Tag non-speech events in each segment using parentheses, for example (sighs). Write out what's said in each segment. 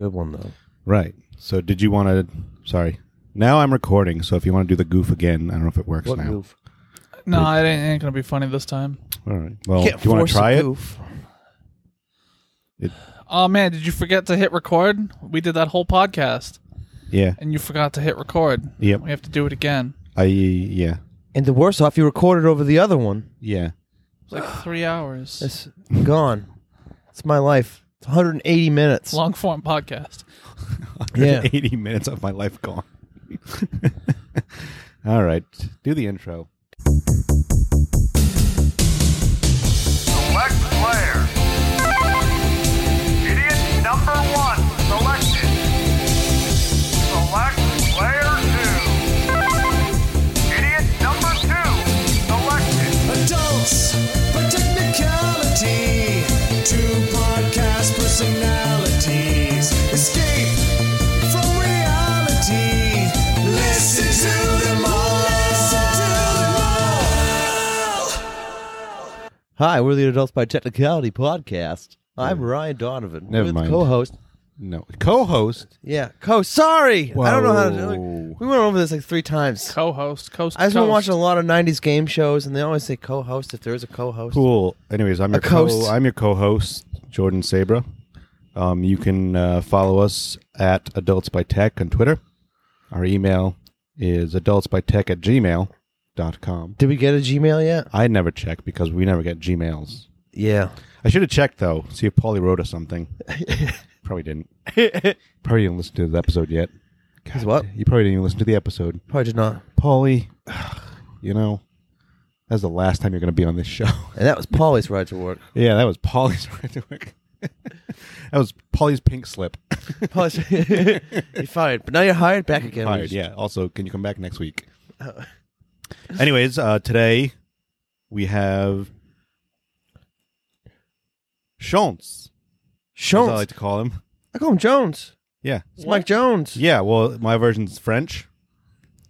Good one though. Right. So did you want to? Sorry. Now I'm recording, so if you want to do the goof again, I don't know if it works What now. goof? No, it ain't, ain't gonna be funny this time. All right. Well, do you want to try it? It- Oh man, did you forget to hit record? We did that whole podcast, Yeah. and you forgot to hit record. Yep. We have to do it again. I. Yeah. And the worst off, you recorded over the other one. Yeah. (laughs) It's (sighs) like three hours. It's gone. It's my life. It's 180 minutes. Long form podcast. Yeah. 80 minutes of my life gone. (laughs) All right. Do the intro. Select player. Idiot number one selected. Select player two. Idiot number two selected. adults, but technicality. Two podcast personalities escape from reality. Listen to them all. Listen to them all. Hi, we're the Adults by Technicality podcast. I'm Ryan Donovan. Never with mind. Co-host. No. Co host. Yeah. Co. Sorry. I don't know how to. do Whoa. it. We went over this like three times. Co-host, coast. to I just been coast. watching a lot of '90s game shows, and they always say co-host if there is a co-host. Cool. Anyways, I'm your coast. co- I'm your co-host Jordan Sabra. Um, you can uh, follow us at Adults by Tech on Twitter. Our email is adultsbytech at gmail.com. Did we get a Gmail yet? I never check because we never get Gmails. Yeah. I should have checked though, see if Paulie wrote us something. probably didn't. Probably didn't listen to the episode yet. He's what? You probably didn't even listen to the episode. Probably did not. Paulie, you know, that's the last time you're going to be on this show. (laughs) And that was Polly's ride to work. Yeah, that was Polly's (laughs) right to work. that was Polly's pink slip. Polly's. (laughs) you're fired, but now you're hired back again. We Fired, just- yeah. Also, can you come back next week? Anyways, uh, today we have Shonts. As I Jones. like to call him. I call him Jones. Yeah. It's Mike Jones. Yeah, well, my version's French.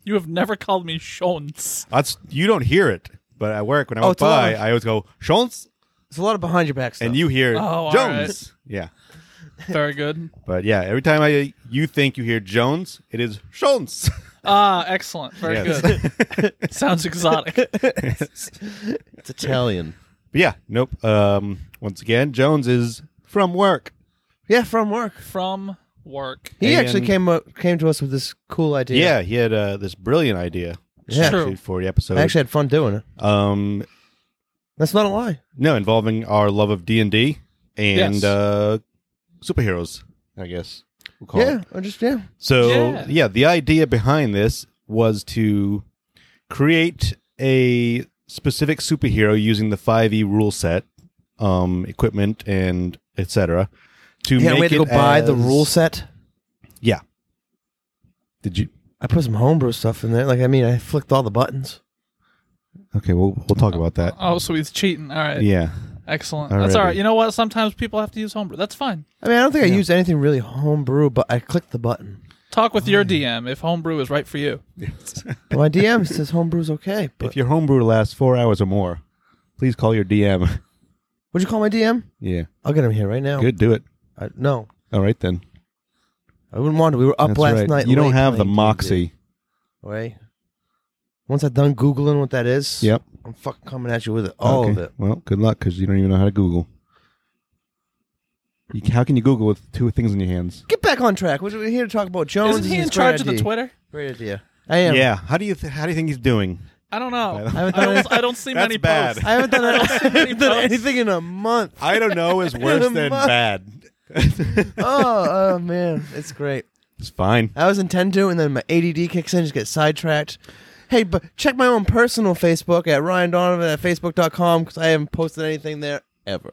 You have never called (laughs) me Shontz. That's you don't hear it, but at work when I Oh, walk it's a lot by, of- I always go Shonts, It's a lot of behind your back stuff. and you hear Oh, all Jones. Yeah, Very good. but yeah, every time I you think you hear Jones, it is Shonts. (laughs) Ah, excellent. Very Yes. good. (laughs) Sounds exotic. It's Italian. But yeah, nope. Um, once again, Jones is from work. yeah, from work. From work. He actually And- came up, came to us with this cool idea. Yeah, he had uh, this brilliant idea Yeah. True. actually, for the episode. I actually had fun doing it. um, That's not a lie. no, involving our love of D and D and Yes. uh, superheroes. I guess we'll call Yeah, it. I just yeah. So Yeah. yeah, the idea behind this was to create a specific superhero using the five E rule set, um, equipment and etc. To yeah, make we had to it go buy the as- rule set. Yeah. Did you? I put some homebrew stuff in there. Like I mean, I flicked all the buttons. Okay, we'll we'll talk about that. Oh, so he's cheating. All right. Yeah. Excellent. That's all Already. right. You know what? Sometimes people have to use homebrew. That's fine. I mean, I don't think I used anything really homebrew, but I clicked the button. Talk with Mm. your DM if homebrew is right for you. But my DM says homebrew's okay. But if your homebrew lasts four hours or more, please call your DM. would you call my DM? (laughs) Yeah. I'll get him here right now. Good. Do it. I, no, All right then. I wouldn't want to. We were up That's last right. night. You don't late have the playing D&D. moxie. right? Once I'm done googling what that is, Yep. I'm fucking coming at you with it, all of Okay. it. Well, good luck because you don't even know how to Google. You, ca- how can you Google with two things in your hands? Get back on track. We're here to talk about Jones. Isn't he and in his charge great of the idea. Twitter? Great idea. I am. How do you th- how do you think he's doing? I don't know. I I don't- don't, I don't, see That's many bad. posts. I haven't (laughs) done, I haven't Many done posts. anything in a month. I don't know. (laughs) Is worse than bad. Oh, oh man, it's great. It's fine. I was intend to, and then my ADD kicks in, just get sidetracked. Hey, but check my own personal Facebook at Ryan Donovan at Facebook.com because I haven't posted anything there ever.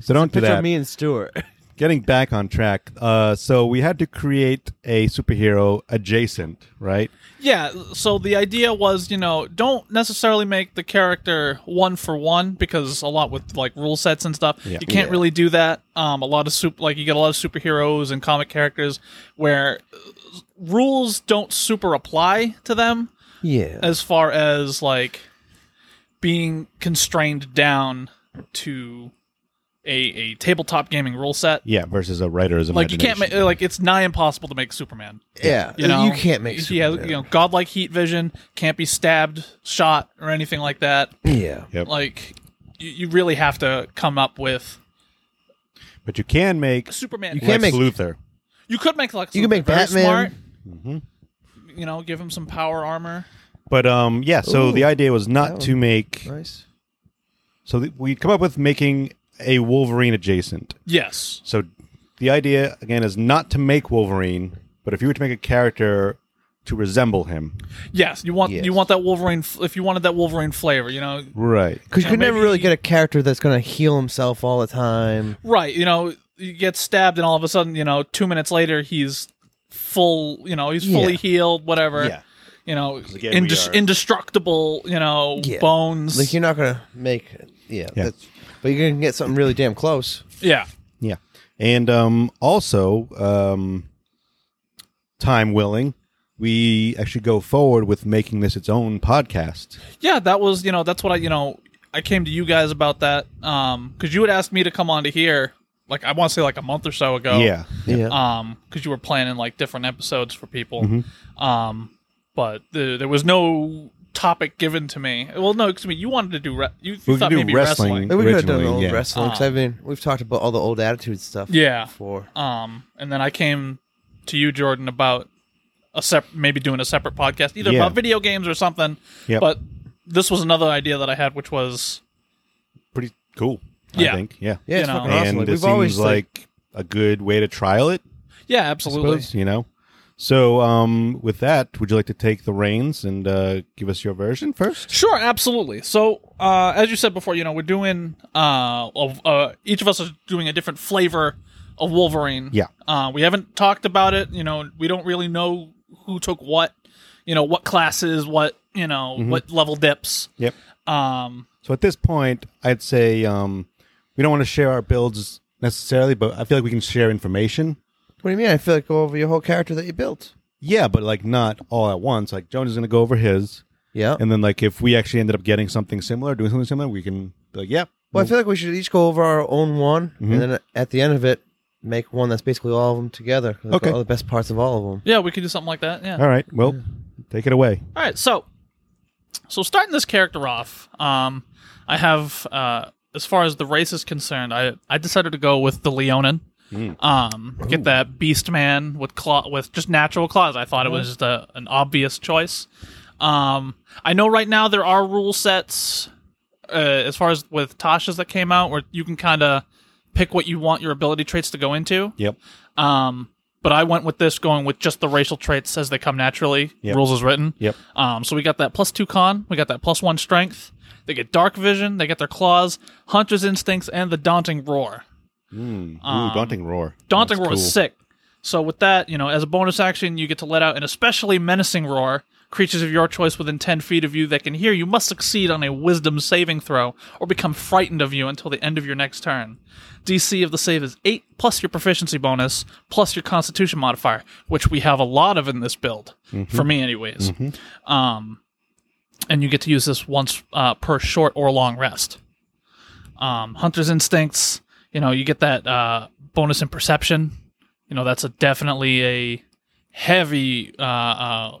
So don't do Picture that. of me and Stuart. Getting back on track. Uh, so we had to create a superhero adjacent, right? Yeah, so the idea was, you know, don't necessarily make the character one for one because a lot with like rule sets and stuff, Yeah. you can't Yeah. really do that. Um, a lot of sup- like you get a lot of superheroes and comic characters where uh, rules don't super apply to them Yeah. as far as like being constrained down to a, a tabletop gaming rule set. Yeah, versus a writer's Like you imagination. can't make like it's nigh impossible to make Superman. Yeah, You know you can't make. He has, Superman. you know godlike heat vision, can't be stabbed, shot, or anything like that. yeah. Yep. Like you, you really have to come up with but you can make Superman. You You, can't uh, make- Lex Luthor. could make Lex. You can Luthor make very Batman. Smart, You know, give him some power armor. But um, yeah. So Ooh. the idea was That not one- to make. Nice. So th- we come up with making a Wolverine adjacent. Yes. So the idea again is not to make Wolverine, but if you were to make a character to resemble him, Yes. You want Yes. you want that Wolverine. f- If you wanted that Wolverine flavor, you know, right? Because you Yeah, could never maybe- really get a character that's going to heal himself all the time. Right. You know, you get stabbed, and all of a sudden, you know, two minutes later, he's full. You know, he's fully Yeah. healed. Whatever. Yeah. You know, again, we indest- are- indestructible. You know, Yeah. bones. Like you're not going to make. Yeah. That's, but you're going to get something really damn close. yeah. Yeah, and um, also, um, time willing, we actually go forward with making this its own podcast. Yeah. That was. You know. That's what I. You know. I came to you guys about that um because you had asked me to come on to here like I want to say like a month or so Oh. ago. Yeah, Yeah. um because you were planning like different episodes for people Mm-hmm. um but the, there was no topic given to me well no excuse me you wanted to do re- you, you We thought could do maybe wrestling. wrestling. Maybe we could have done originally, old yeah. wrestling because I've been we've talked about all the old attitude stuff. Ah. Yeah. Before. um and then i came to you jordan about a sep- maybe doing a separate podcast either Yeah. about video games or something Yep. but this was another idea that i had which was pretty cool. Yeah. I think. Yeah, Yeah. It's You know. fucking awesome. and Like, it we've seems always like, like a good way to trial it. yeah I absolutely suppose, you know. So, um, with that, would you like to take the reins and uh, give us your version first? Sure, absolutely. So, uh, as you said before, you know, we're doing uh, of, uh, each of us is doing a different flavor of Wolverine. Yeah. uh, we haven't talked about it. You know, we don't really know who took what. You know, what classes, what you know, what level dips. Yep. Um, So at this point, I'd say um, we don't want to share our builds necessarily, but I feel like we can share information. what do you mean? I feel like go over your whole character that you built. Yeah, but like not all at once. Like Jones is going to go over his, Yeah. and then like if we actually ended up getting something similar, doing something similar, we can be like, yep. Well, I feel like we should each go over our own one, Mm-hmm. and then at the end of it, make one that's basically all of them together. Like, Okay. All the best parts of all of them. yeah, we could do something like that. Yeah. all right. Well, take it away. All right, so so starting this character off, um, I have uh, as far as the race is concerned, I I decided to go with the Leonin. Um, get that beast man with claw with just natural claws. I thought it was just a, an obvious choice. Um, I know right now there are rule sets uh, as far as with Tasha's that came out where you can kind of pick what you want your ability traits to go into. Yep. Um, but I went with this going with just the racial traits as they come naturally. Yep. Rules is written. Yep. Um, so we got that plus two con, we got that plus one strength. They get dark vision, they get their claws, hunter's instincts, and the daunting roar. Ooh, daunting roar. Um, Daunting That's roar cool. is sick. So with that, you know, as a bonus action, you get to let out an especially menacing roar. Creatures of your choice within ten feet of you that can hear you must succeed on a Wisdom saving throw or become frightened of you until the end of your next turn. DC of the save is eight plus your proficiency bonus plus your Constitution modifier, which we have a lot of in this build, Mm-hmm. for me, anyways. Um, and you get to use this once uh, per short or long rest um, hunter's instincts you know you get that uh, bonus in perception you know that's a definitely a heavy uh, uh,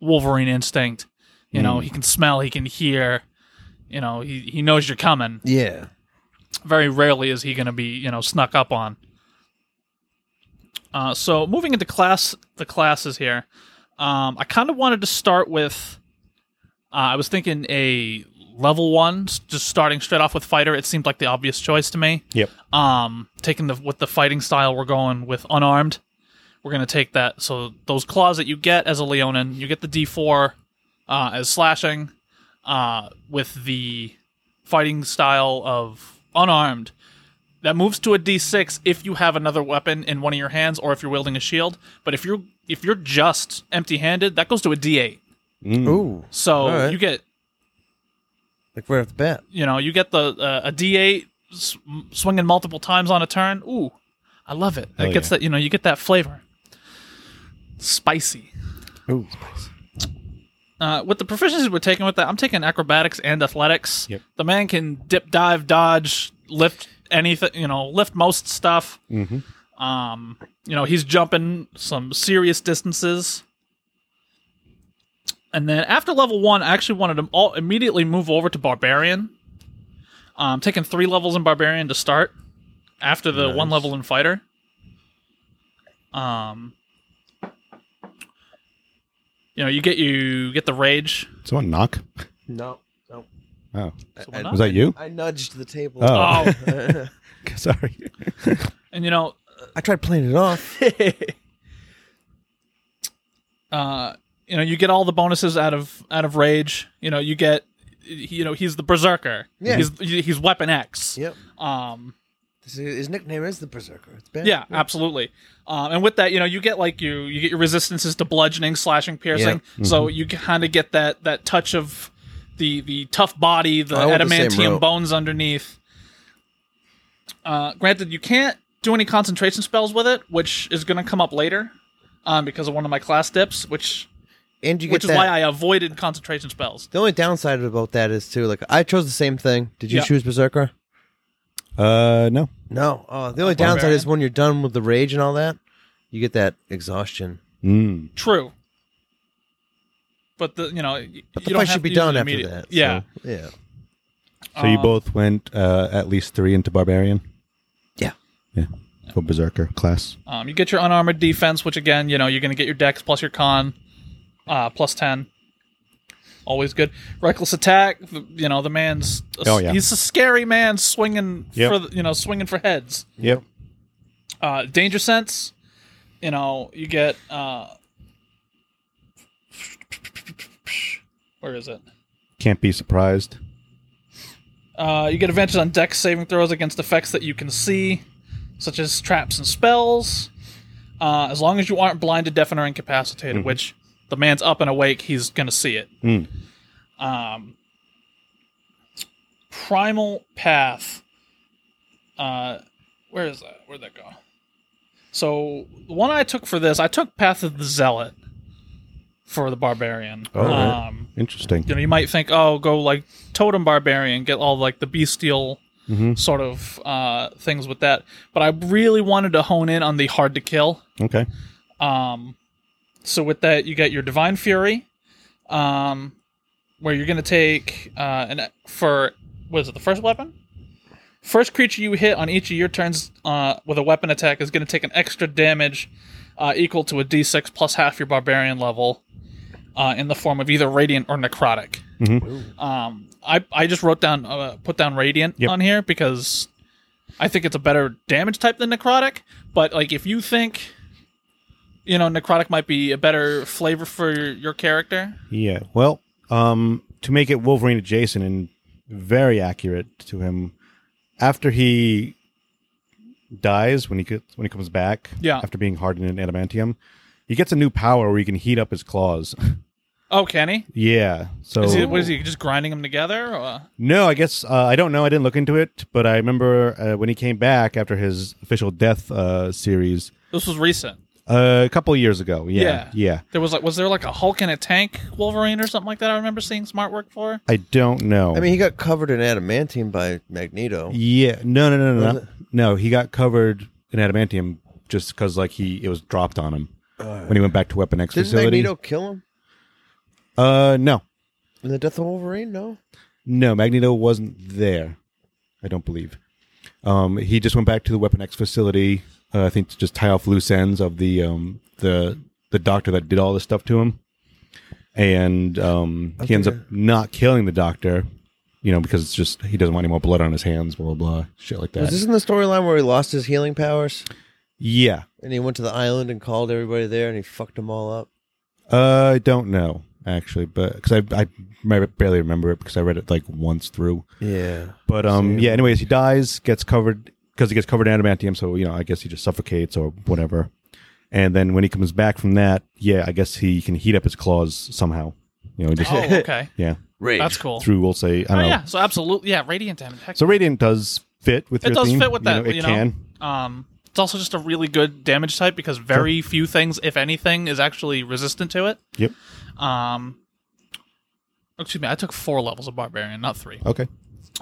wolverine instinct you know he can smell he can hear you know he, he knows you're coming Yeah. very rarely is he going to be you know snuck up on. Uh, so moving into class, the classes here, um, I kind of wanted to start with. Uh, I was thinking a level one, s- just starting straight off with fighter. It seemed like the obvious choice to me. Yep. Um, taking the with the fighting style, we're going with unarmed. We're gonna take that. So those claws that you get as a Leonin, you get the D4 uh, as slashing. Uh, with the fighting style of unarmed, that moves to a D6 if you have another weapon in one of your hands or if you're wielding a shield. But if you're if you're just empty-handed, that goes to a D8. Hmm. Ooh. So All right. you get Like right off the bat. you know you get the uh, a d8 s- m- swinging multiple times on a turn ooh i love it Hell it gets yeah. that you know you get that flavor spicy Ooh. uh, with the proficiencies we're taking with that i'm taking acrobatics and athletics Yep. the man can dip dive dodge lift anything, you know, lift most stuff. Um, you know, he's jumping some serious distances. And then after level one, I actually wanted to all immediately move over to Barbarian. Um, taking three levels in Barbarian to start after the one level in Fighter. Um, you know, you get you get the rage. Someone knock. No. No. Oh, Someone was that you? I nudged the table. Oh. Oh, (laughs) Sorry. and you know, (laughs) I tried playing it off. uh, you know, you get all the bonuses out of out of rage. You know, you get, you know, he's the berserker. Yeah. he's he's Weapon X. yep. Um, This is- His nickname is the Berserker. It's bad. yeah, uh, absolutely. Um, and with that, you know, you get like you you get your resistances to bludgeoning, slashing, piercing. Mm-hmm. So you kind of get that that touch of the the tough body, the I want the same adamantium rope. bones underneath. Uh, granted, you can't do any concentration spells with it, which is going to come up later, um, because of one of my class dips, which And you get which is that- why I avoided concentration spells. The only downside about that is too, like I chose the same thing. Did you Yeah. choose Berserker? Uh, no. No. Oh, the only Barbarian. downside is when you're done with the rage and all that, you get that exhaustion. Mm. True. But the you know y- But you the don't fight have should be to use done it after immediate- that. so, Yeah, yeah. So you Um, both went uh, at least three into barbarian. Yeah. Yeah. For berserker class. Um, you get your unarmored defense, which again, you know, you're going to get your dex plus your con, uh, plus ten. Always good. Reckless attack. the- You know, the man's a, Oh, yeah. he's a scary man swinging Yep. for the- you know swinging for heads. Yep. Uh, danger sense. You know, you get. Uh, where is it? Can't be surprised. Uh, you get advantage on dex saving throws against effects that you can see, such as traps and spells, uh, as long as you aren't blinded, deafened, or Mhm. incapacitated, which the man's up and awake, he's going to see it. Mm. Um, primal Path. Uh, where is that? Where'd that go? So, the one I took for this, I took Path of the Zealot for the Barbarian. All right. Um, Interesting. you know you might think oh go like totem barbarian get all like the bestial sort of uh, things with that but i really wanted to hone in on the hard to kill Okay. um, so with that you get your divine fury um, where you're going to take uh, an for what is it the first weapon first creature you hit on each of your turns uh, with a weapon attack is going to take an extra damage uh, equal to a d6 plus half your barbarian level uh, in the form of either radiant or necrotic um, I, I just wrote down uh, put down radiant Yep. on here because i think it's a better damage type than necrotic but like if you think you know necrotic might be a better flavor for your, your character Yeah. Well, um, to make it Wolverine adjacent and very accurate to him, after he dies, when he co- when he comes back, Yeah. after being hardened in adamantium, he gets a new power where he can heat up his claws. (laughs) oh can he yeah. So Is he, what is he just grinding them together? Or? No, I guess uh, I don't know. I didn't look into it, but I remember uh, when he came back after his official death uh, series This was recent. uh, a couple of years ago. Yeah, Yeah. yeah, There was like, was there like a Hulk in a tank Wolverine or something like that? I remember seeing Smart work for. I don't know. I mean, he got covered in adamantium by Magneto. yeah, no, no, no, no, Was no. it- No, he got covered in adamantium just because like he it was dropped on him when he went back to Weapon X Oh, Didn't facility. Magneto kill him uh, no, in the death of Wolverine? No. no, Magneto wasn't there. I don't believe. Um, he just went back to the Weapon X facility. Uh, I think to just tie off loose ends of the um, the the doctor that did all this stuff to him, and um, he ends up not killing the doctor. You know, because it's just he doesn't want any more blood on his hands. Blah blah blah, shit like that. Was this in the storyline where he lost his healing powers yeah, and he went to the island and called everybody there and he fucked them all up? uh, I don't know actually, but because I I mer- barely remember it because I read it like once through. Yeah. But um, yeah. Anyways, he dies, gets covered because he gets covered in adamantium. So you know, I guess he just suffocates or whatever. And then when he comes back from that, yeah, I guess he can heat up his claws somehow. You know, just Oh, okay, (laughs) yeah, Rage. that's cool. through we'll say I Oh don't know. yeah, so absolutely, yeah, radiant damage. Heck, So radiant does fit with it your does theme. fit with You that. know, it can. Um, it's also just a really good damage type because very few things, if anything, is actually resistant to it. Yep. Um, excuse me, I took four levels of barbarian, not three. Okay.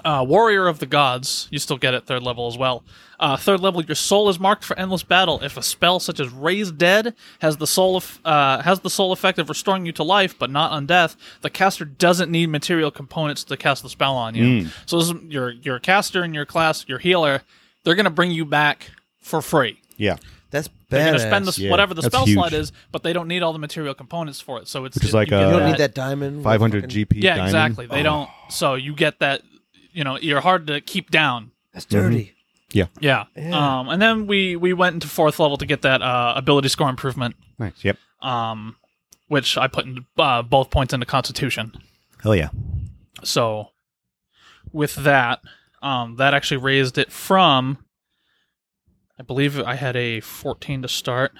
uh, Warrior of the Gods, you still get it third level as well. Uh, third level, your soul is marked for endless battle. If a spell such as Raise Dead has the soul of, uh, has the soul effect of restoring you to life but not undeath, the caster doesn't need material components to cast the spell on you. Hmm. So this is your your caster and your class, your healer, they're gonna bring you back for free. Yeah. That's They're bad. gonna spend the, yeah. whatever the That's spell huge. slot is, but they don't need all the material components for it. So it's Which is like, you get uh, You don't that. need that diamond. with 500 fucking- GP. yeah, diamond. exactly. They Oh. don't. So you get that. You know, you're hard to keep down. That's dirty. Mm-hmm. Yeah. Yeah. Um, and then we we went into fourth level to get that uh, ability score improvement, Nice. Yep. um, which I put in, uh, both points into Constitution. Hell yeah. So with that, um, that actually raised it from. I believe I had a 14 to start,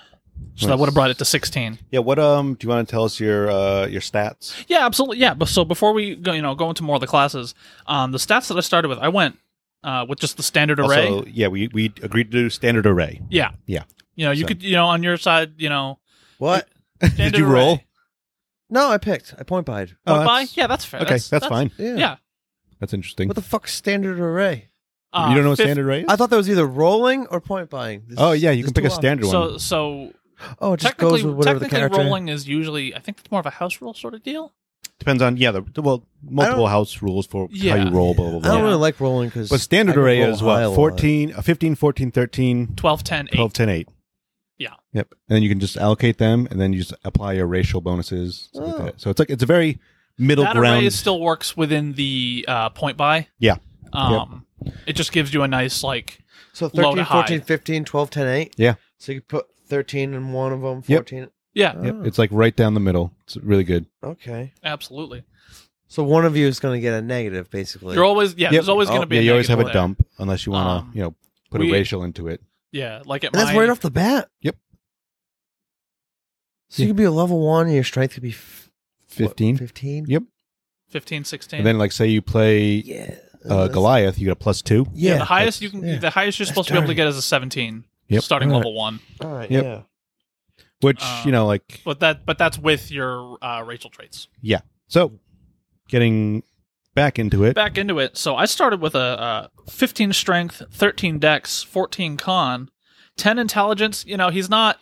so that Nice. would have brought it to 16. Yeah. What um? Do you want to tell us your uh your stats? Yeah, absolutely. Yeah, but so before we go, you know, go into more of the classes, um, the stats that I started with, I went uh, with just the standard array. Also, yeah, we we agreed to do standard array. yeah, Yeah. You know, you So- could, you know, on your side, (laughs) you know, What? standard you array. roll? No, I picked. I point pied. Oh, Point by? that's- Yeah, that's fair. Okay, that's, fine. Yeah. Yeah. That's interesting. What the fuck's standard array? Uh, you don't know what fif- standard array is? I thought that was either rolling or point buying. This oh is- yeah, you this can pick a two op- standard So, one. so Oh, it just technically, goes with whatever the technically, character. rolling is usually, I think, it's more of a house rule sort of deal. Depends on yeah, the the- well multiple house rules for Yeah. how you roll. Blah blah I don't blah. really like rolling because. But standard array is what 14, uh, 15, 14, 13, 12, 10, 8. 12, 10, 8. Yeah. Yep. And then you can just allocate them, and then you just apply your racial bonuses. stuff like Oh. that. So it's like it's a very middle that ground. array is still works within the uh, point by. yeah. Um, It just gives you a nice, like, So low 13, to high. 14, 15, 12, 10, 8. Yeah. So you could put 13 in one of them, Yep. 14. yeah, Yep. It's like right down the middle. It's really good. Okay. absolutely. So one of you is going to get a negative, basically. You're always, yeah, Yep. there's always going to Oh, be yeah. a You always have negative a there. dump unless you want to Um, you know put we- a racial into it. Yeah, like at and that's my, right off the bat. Yep. So you could be a level one and your strength could be f- what, Fifteen. 15? Yep. 15, 16. And then like say you play Yeah. uh, That's- Goliath, you get a plus two. Yeah. the highest you can, yeah. the highest you're That's supposed to be able to dirty. get is a 17, Yep. starting Alright. level one. All right. Yep. Yeah. Which you Um, know like But that, but that's with your uh, Rachel traits. so getting back into it. back into it. So I started with a uh, 15 strength, 13 dex, 14 con, 10 intelligence. You know, he's not.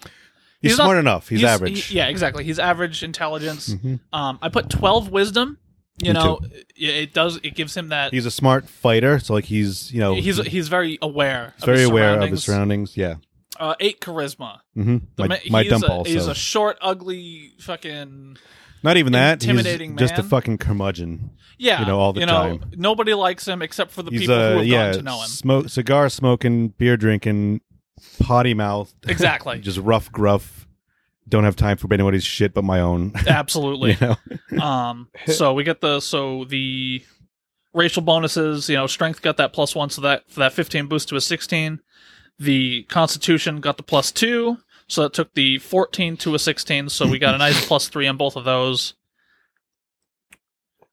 he's, he's smart not- enough. He's, average. he- yeah, exactly. He's average intelligence. Mhm. Um, I put 12 wisdom. You Me know, it, it does. It gives him that. He's a smart fighter, so like he's you know he's he's very aware. he's very his aware of his surroundings. surroundings. Yeah. Uh, eight charisma. hmm The My, ma- my he's dump a, also. He's a short, ugly, fucking. Not even that. He's intimidating just a man. fucking curmudgeon. Yeah, You know, all the know, time. Nobody likes him except for the He's people who a have yeah, gotten to know him. smoke cigar smoking, beer drinking, potty mouth. (laughs) Exactly. just rough, gruff. Don't have time for anybody's shit but my own. (laughs) Absolutely. you know. um so we get the so the racial bonuses you know strength got that plus one so that for that 15 boost to a 16 the constitution got the plus two so that took the 14 to a 16 so we got a nice plus three on both of those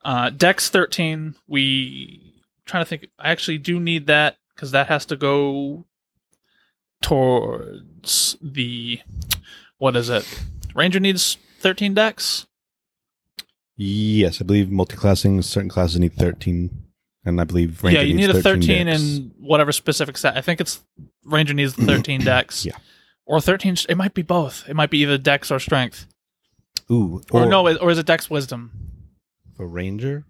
uh dex 13 we trying to think i actually do need that because that has to go towards the what is it ranger needs 13 dex Yes, I believe multiclassing certain classes need thirteen, and I believe ranger yeah, you needs need a 13 decks. and whatever specific set. I think it's (clears throat) Ranger needs the 13 decks. Yeah. Or 13. It might be both. It might be either dex or strength. ooh Or, no, it- or is it dex wisdom? for ranger.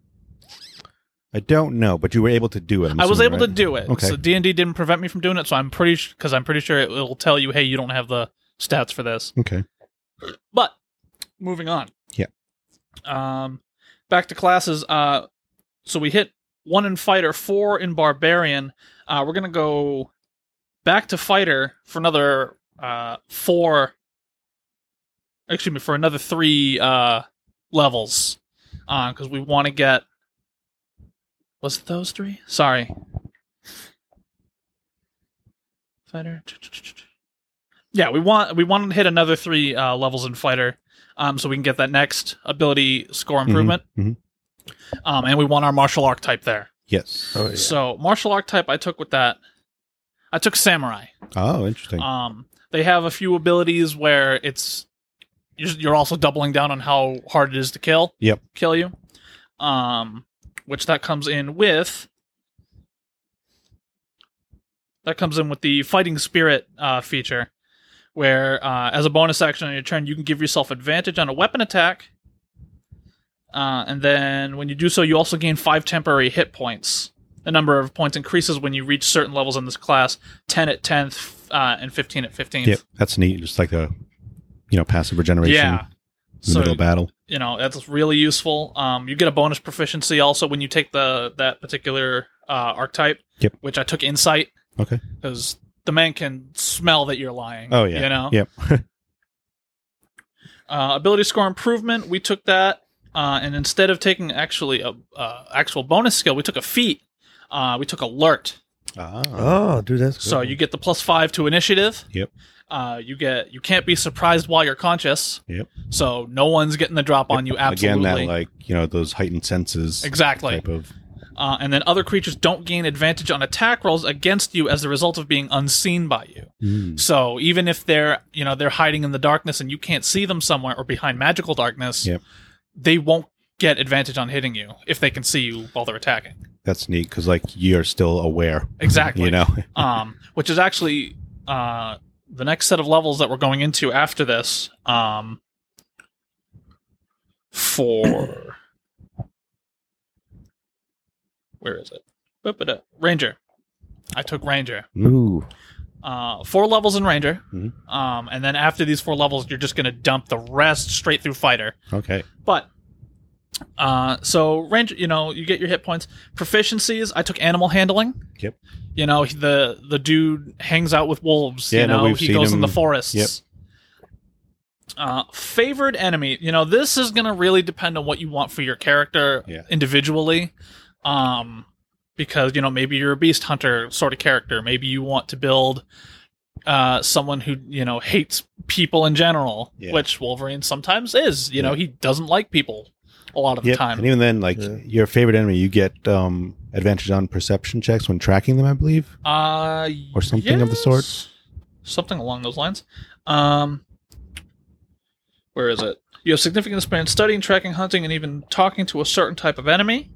I don't know, but you were able to do it. I'm I was assuming, able to right? do it. Okay. So D&D didn't prevent me from doing it, so I'm pretty because I'm pretty sure it will tell you, "Hey, you don't have the stats for this." Okay. But moving on. Yeah. Um, back to classes. Uh, so we hit one in fighter, four in barbarian. Uh, we're gonna go back to fighter for another uh four. Excuse me, for another three uh levels, uh, because we want to get. Was it those three? Sorry. Fighter. Yeah, we want we want to hit another three uh, levels in fighter, um, so we can get that next ability score improvement. mhm. Um, and we want our martial archetype there. Yes. Oh, yeah. So martial archetype, I took with that. I took samurai. Oh, interesting. Um, they have a few abilities where it's you're, you're also doubling down on how hard it is to kill. Yep. Kill you. Um, which that comes in with That comes in with the fighting spirit uh, feature, where uh, as a bonus action on your turn, you can give yourself advantage on a weapon attack. Uh, and then when you do so, you also gain five temporary hit points. The number of points increases when you reach certain levels in this class 10 at 10th uh, and 15 at 15th. Yep, that's neat. Just like a you know passive regeneration Yeah. in the middle of battle. you know that's really useful. Um, you get a bonus proficiency also when you take the that particular uh, archetype. Yep. Which I took insight Okay. because the man can smell that you're lying. Oh yeah. You know. Yep. (laughs) Uh, ability score improvement. We took that, uh, and instead of taking actually a uh, actual bonus skill, we took a feat. Uh, we took alert. ah. Oh, dude, that's So you get the plus five to initiative. Yep. Uh, you get you can't be surprised while you're conscious. Yep. So no one's getting the drop on you. Absolutely. Again, that like you know those heightened senses exactly. type of. Uh, and then other creatures don't gain advantage on attack rolls against you as the result of being unseen by you. Hmm. So even if they're you know they're hiding in the darkness and you can't see them somewhere or behind magical darkness, Yep. they won't get advantage on hitting you if they can see you while they're attacking. That's neat because like you're still aware. Exactly. You know. (laughs) um, which is actually uh, the next set of levels that we're going into after this. Um, for (coughs) where is it? Ba-ba-da. Ranger. I took Ranger. Ooh. Uh, four levels in Ranger, Mhm. um, and then after these four levels, you're just gonna dump the rest straight through Fighter. Okay. But uh, so range, you know, you get your hit points. Proficiencies. I took animal handling. Yep. You know he- the the dude hangs out with wolves. Yeah, you no, know we've he seen goes in him. the forests. Yep. Uh, favored enemy. You know this is gonna really depend on what you want for your character Yeah. individually, um, because you know maybe you're a beast hunter sort of character. Maybe you want to build uh, someone who you know hates people in general, Yeah. which Wolverine sometimes is. You know, he doesn't like people a lot of the Yep. time. And even then, like Yeah. your favorite enemy, you get um advantage on perception checks when tracking them. I believe. uh, Or something of the sort? yes. Something along those lines. Um, where is it? You have significant span studying, tracking, hunting, and even talking to a certain type of enemy.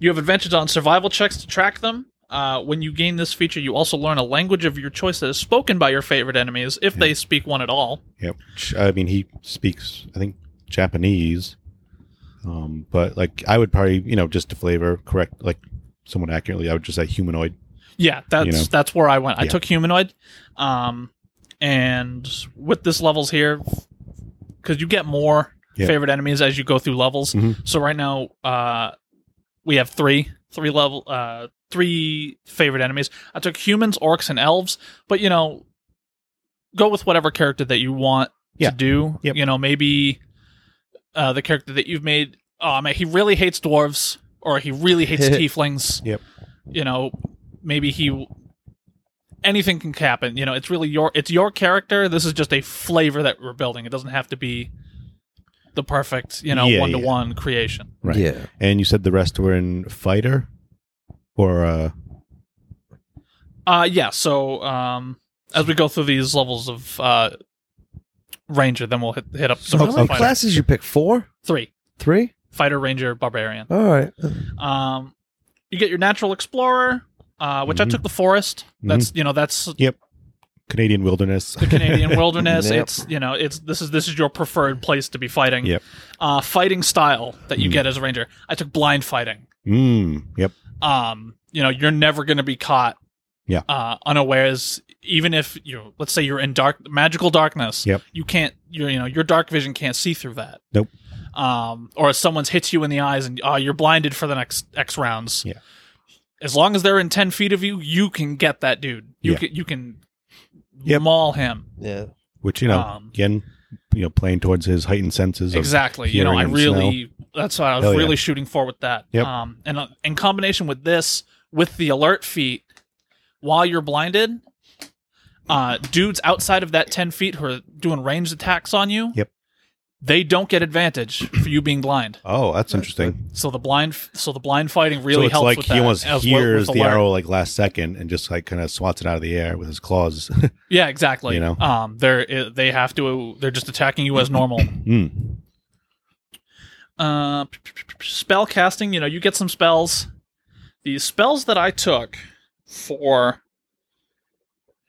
You have advantage on survival checks to track them. Uh, when you gain this feature, you also learn a language of your choice that is spoken by your favorite enemies, if they speak one at all. Yep. Ch- I mean, he speaks, I think, Japanese. Um, but like, I would probably, you know, just to flavor correct, like, somewhat accurately, I would just say humanoid. Yeah, that's know? that's where I went. I Yeah. took humanoid, um, and with this levels here, because you get more Yeah. favorite enemies as you go through levels. Mhm. So right now, uh, we have three, three level, uh, three favorite enemies. I took humans, orcs, and elves. But you know, go with whatever character that you want Yeah. to do. Yep. You know, maybe uh, the character that you've made. Oh man, he really hates dwarves, or he really (laughs) hates tieflings. Yep. You know, maybe he anything can happen. You know, it's really your it's your character. This is just a flavor that we're building. It doesn't have to be the perfect, you know, Yeah, one to one creation. Right. Yeah. And you said the rest were in fighter, or uh, Uh yeah, so um as we go through these levels of uh Ranger, then we'll hit hit up So some how of the many fighter. classes you pick? Four, three. three. Fighter, Ranger, Barbarian. All right. Um you get your natural explorer, uh, which Mm-hmm. I Mhm. took the forest. That's you know, that's Canadian wilderness. the Canadian (laughs) wilderness. Yep. It's you know, it's this is this is your preferred place to be fighting. Yep. Uh, fighting style that Mm-hmm. you Mm. get as a ranger. I took blind fighting. mm, yep. Um, you know, you're never going to be caught. Yeah. Uh, unawares, even if you, let's say you're in dark magical darkness. Yep. You can't. You you know your dark vision can't see through that. Nope. Um, or if someone's hits you in the eyes and uh, you're blinded for the next X rounds. Yeah. As long as they're in ten feet of you, you can get that dude. You Yeah. can you can Yep. maul him. Yeah. Which you know, Um, again, you know, playing towards his heightened senses. of- exactly you know hearing i and really that's what i was Hell yeah. really shooting for with that Yep. um and uh, in combination with this with the alert feat while you're blinded uh dudes outside of that 10 feet who are doing ranged attacks on you Yep. they don't get advantage for you being blind oh, that's interesting. so the blind so the blind fighting so really it's helps like with he that almost as well- with hears the alert. arrow like last second and just like kind of swats it out of the air with his claws. (laughs) yeah exactly You know? um they're uh, they have to they're just attacking you as normal mm, Uh, p- p- p- p- spell casting. You know, you get some spells. The spells that I took for.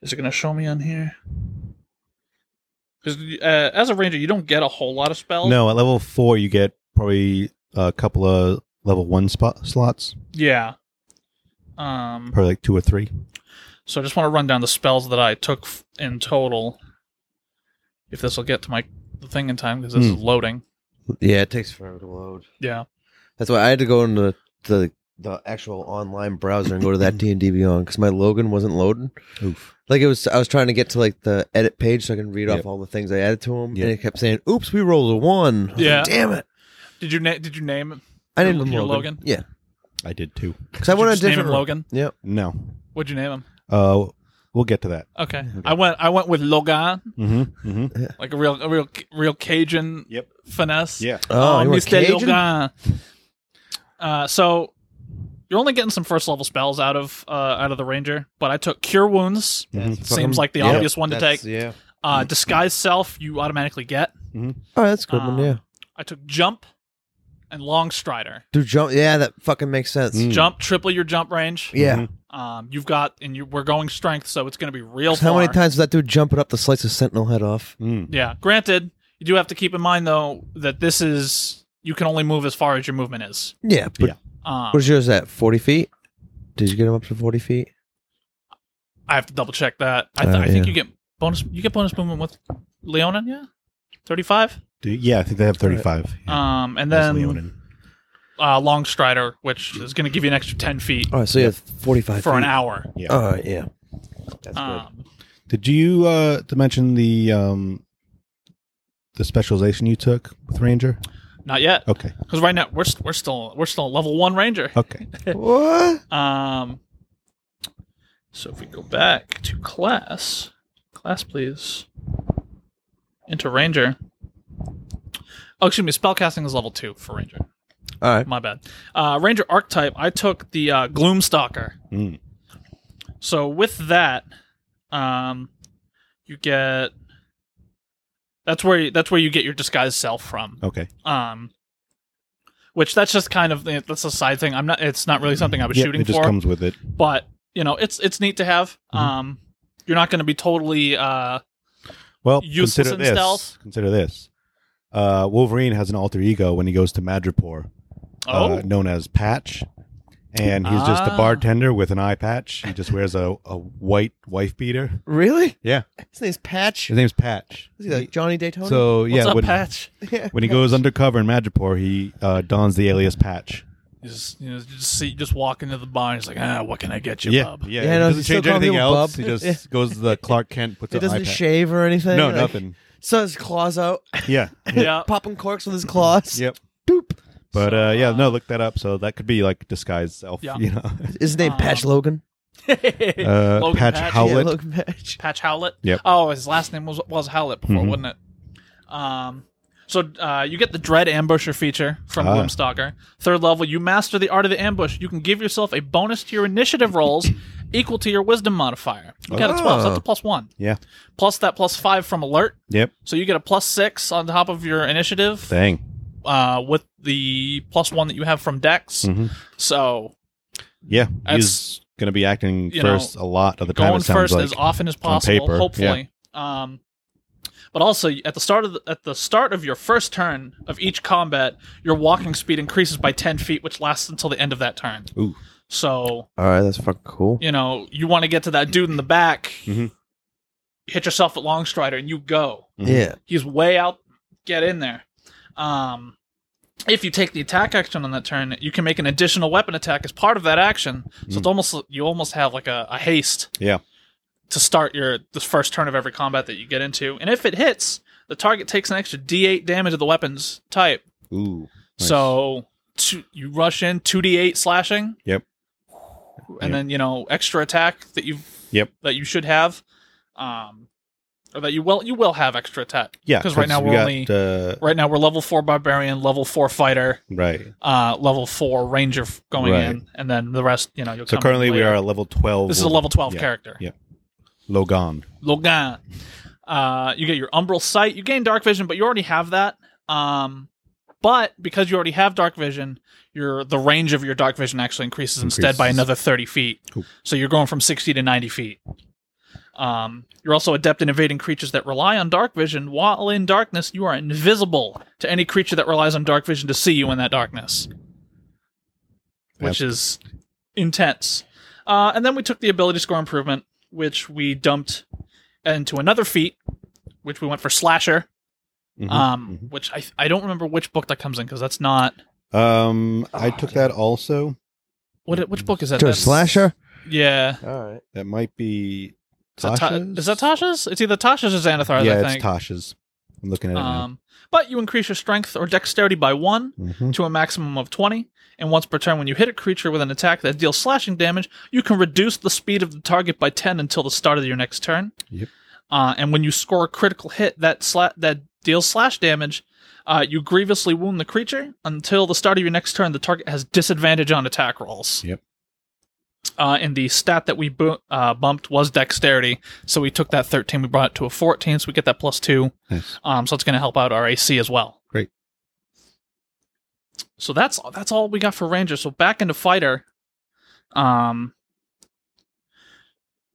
Is it going to show me on here? Because uh, as a ranger, you don't get a whole lot of spells. No, at level four, you get probably a couple of level one spot slots, Yeah. Um. probably like two or three. So I just want to run down the spells that I took f- in total. If this will get to my the thing in time, because this Hmm. is loading. Yeah, it takes forever to load. Yeah. That's why I had to go into the the actual online browser and go to that (clears throat) D and D Beyond because my Logan wasn't loading. Oof. Like it was, I was trying to get to like the edit page so I can read Yep. off all the things I added to him, Yep. and it kept saying, "Oops, we rolled a one." I was like, Yeah. Damn it! Did you na- did you name it? I Your- named him your Logan. Logan? Yeah, I did too. because I Did you wanted a just name him different one. Logan. Yep. No. What'd you name him? Uh, we'll get to that. (laughs) Okay. I went I went with Logan, Mm-hmm. Mm-hmm. like a real a real real Cajun Yep. finesse. Um, Yeah. Oh, you were Mr. Cajun? Logan. Uh, so you're only getting some first level spells out of uh, out of the ranger, but I took cure wounds. Mhm. Seems like the Mm-hmm. Yeah, obvious one to that's- take. Yeah. Uh, disguise self you automatically get. mm-hmm, Oh, that's a Mm. good one. Um, Yeah. I took jump and long strider. Do jump. Yeah, that fucking makes sense. Mm. Jump triple your jump range. Yeah. Mhm. Um, you've got and you we're going strength, so it's going to be real. 'Cause How far. many times did that dude jump it up the slice of Sentinel head off? Mm. Yeah. Granted, you do have to keep in mind though that this is you can only move as far as your movement is. Yeah. But Yeah. Um, what's yours at? Forty feet. Did you get him up to forty feet? I have to double check that. I, th- Uh, I think yeah. you get bonus. You get bonus movement with Leonin. Yeah, thirty-five. Do- Yeah, I think they have 35. Yeah. Um, and That's then Leonin. uh, long strider, which is going to give you an extra ten feet All right, so you have forty-five for feet. an hour. Yeah. All right, yeah. That's Um, Did you uh to mention the um the specialization you took with Ranger? not yet, Oh. Okay. because right now we're st- we're still we're still level one ranger. Okay. good. What? Um, so if we go back to class, class please, into ranger. Oh, excuse me, spellcasting is level two for ranger. All right. My bad. Uh, Ranger archetype. I took the uh, Gloomstalker. Mm. So with that, um, you get that's where that's where you get your disguised self from. Okay. Um, which that's just kind of eh, that's a side thing. I'm not. It's not really something I was Yeah, shooting it just for, comes Mm-hmm. with it. but you know, it's it's neat to have. Um, you're not going to be totally. Uh, Well, Useless consider in this. stealth. Consider this. Uh, Wolverine has an alter ego when he goes to Madripoor, oh, uh, known as Patch, and he's just a Ah. bartender with an eye patch. He just wears a, a white wife beater. Really? Yeah, His name's Patch. his name's Patch. Is he like Johnny Daytona? (laughs) So what's yeah, up, when, Patch? when he (laughs) goes undercover in Madripoor, he uh, dons the alias Patch. You just, you know, just see, just walk into the bar. and He's like, ah, what can I get you, bub? Yeah, yeah. he no, doesn't he's still change calling anything him else. Bub. He (laughs) just goes to the Clark Kent, puts He an eye doesn't patch. shave or anything. No, like- nothing. So his claws out, (laughs) Yeah. Yeah. popping corks with his claws. Yep. Boop. But So, uh, yeah, uh, no, look that up. So that could be like disguised self. Yeah. (laughs) You know. Is his name Patch Logan? (laughs) Uh, Logan Patch Patch. Yeah, Howlett. Logan Patch. Patch Howlett. Yep. Oh, his last name was was Howlett before, Mhm. wasn't it? Um. So uh, you get the Dread Ambusher feature from Ah. Gloomstalker. Third level, you master the art of the ambush. You can give yourself a bonus to your initiative rolls (coughs) equal to your wisdom modifier. You got a twelve, so Ah. that's a plus one. Yeah. Plus that plus five from alert, Yep. so you get a plus six on top of your initiative Dang. uh, with the plus one that you have from Dex. Mhm. So Yeah. That's- he's gonna be acting you first a lot of the time. going It sounds first like. as often as possible, paper, hopefully. Um, but also at the start of the, at the start of your first turn of each combat, your walking speed increases by ten feet, which lasts until the end of that turn. Ooh. So (laughs) All right, that's fucking cool. you know you want to get to that dude in the back, Mhm. hit yourself at long strider, and you go. Mhm. Yeah. He's way out. Get in there. Um, if you take the attack action on that turn, you can make an additional weapon attack as part of that action. So it's almost you almost have like a, a haste Yeah. to start your the first turn of every combat that you get into. And if it hits, the target takes an extra D8 damage of the weapon's type. Ooh. nice. So two, you rush in 2D8 slashing. Yep. Yep. And then you know extra attack that you Yep. that you should have, um, or that you will you will have extra attack. Yeah. Because right now we we're got, only uh, right now we're level four barbarian, level four fighter, right. uh, level four ranger f- going Right. in, and then the rest you know you'll So come currently we later. are at level twelve. this is a level twelve Yeah. character. Yeah. Logan. Logan. Uh, you get your umbral sight. You gain dark vision, but you already have that. Um, But because you already have dark vision, your the range of your dark vision actually increases, instead by Increases. another thirty feet. Cool. So you're going from sixty to ninety feet. Um, you're also adept in evading creatures that rely on dark vision. While in darkness, you are invisible to any creature that relies on dark vision to see you in that darkness, which is intense. Uh, and then we took the ability score improvement, which we dumped into another feat, which we went for slasher. Mhm. Um, which I I don't remember which book that comes in because that's not Um, Ah, I took that also. what which book is that? To a That's- slasher? Yeah, All right. That might be is that, Ta- Tasha's? is that Tasha's? It's either Tasha's or Xanathar's. yeah, I it's think. Tasha's. I'm looking at it now. um, but you increase your strength or dexterity by one Mhm. to a maximum of twenty, and once per turn, when you hit a creature with an attack that deals slashing damage, you can reduce the speed of the target by ten until the start of your next turn. Yep. Uh, and when you score a critical hit that sla- that deals slash damage. Uh, you grievously wound the creature until the start of your next turn. The target has disadvantage on attack rolls. Yep. uh, and the stat that we bu- uh, bumped was dexterity. So we took that 13, we brought it to a 14, so we get that plus two. Nice. Um, so it's going to help out our AC as well. Great. So that's that's all we got for Ranger. So back into fighter. Um,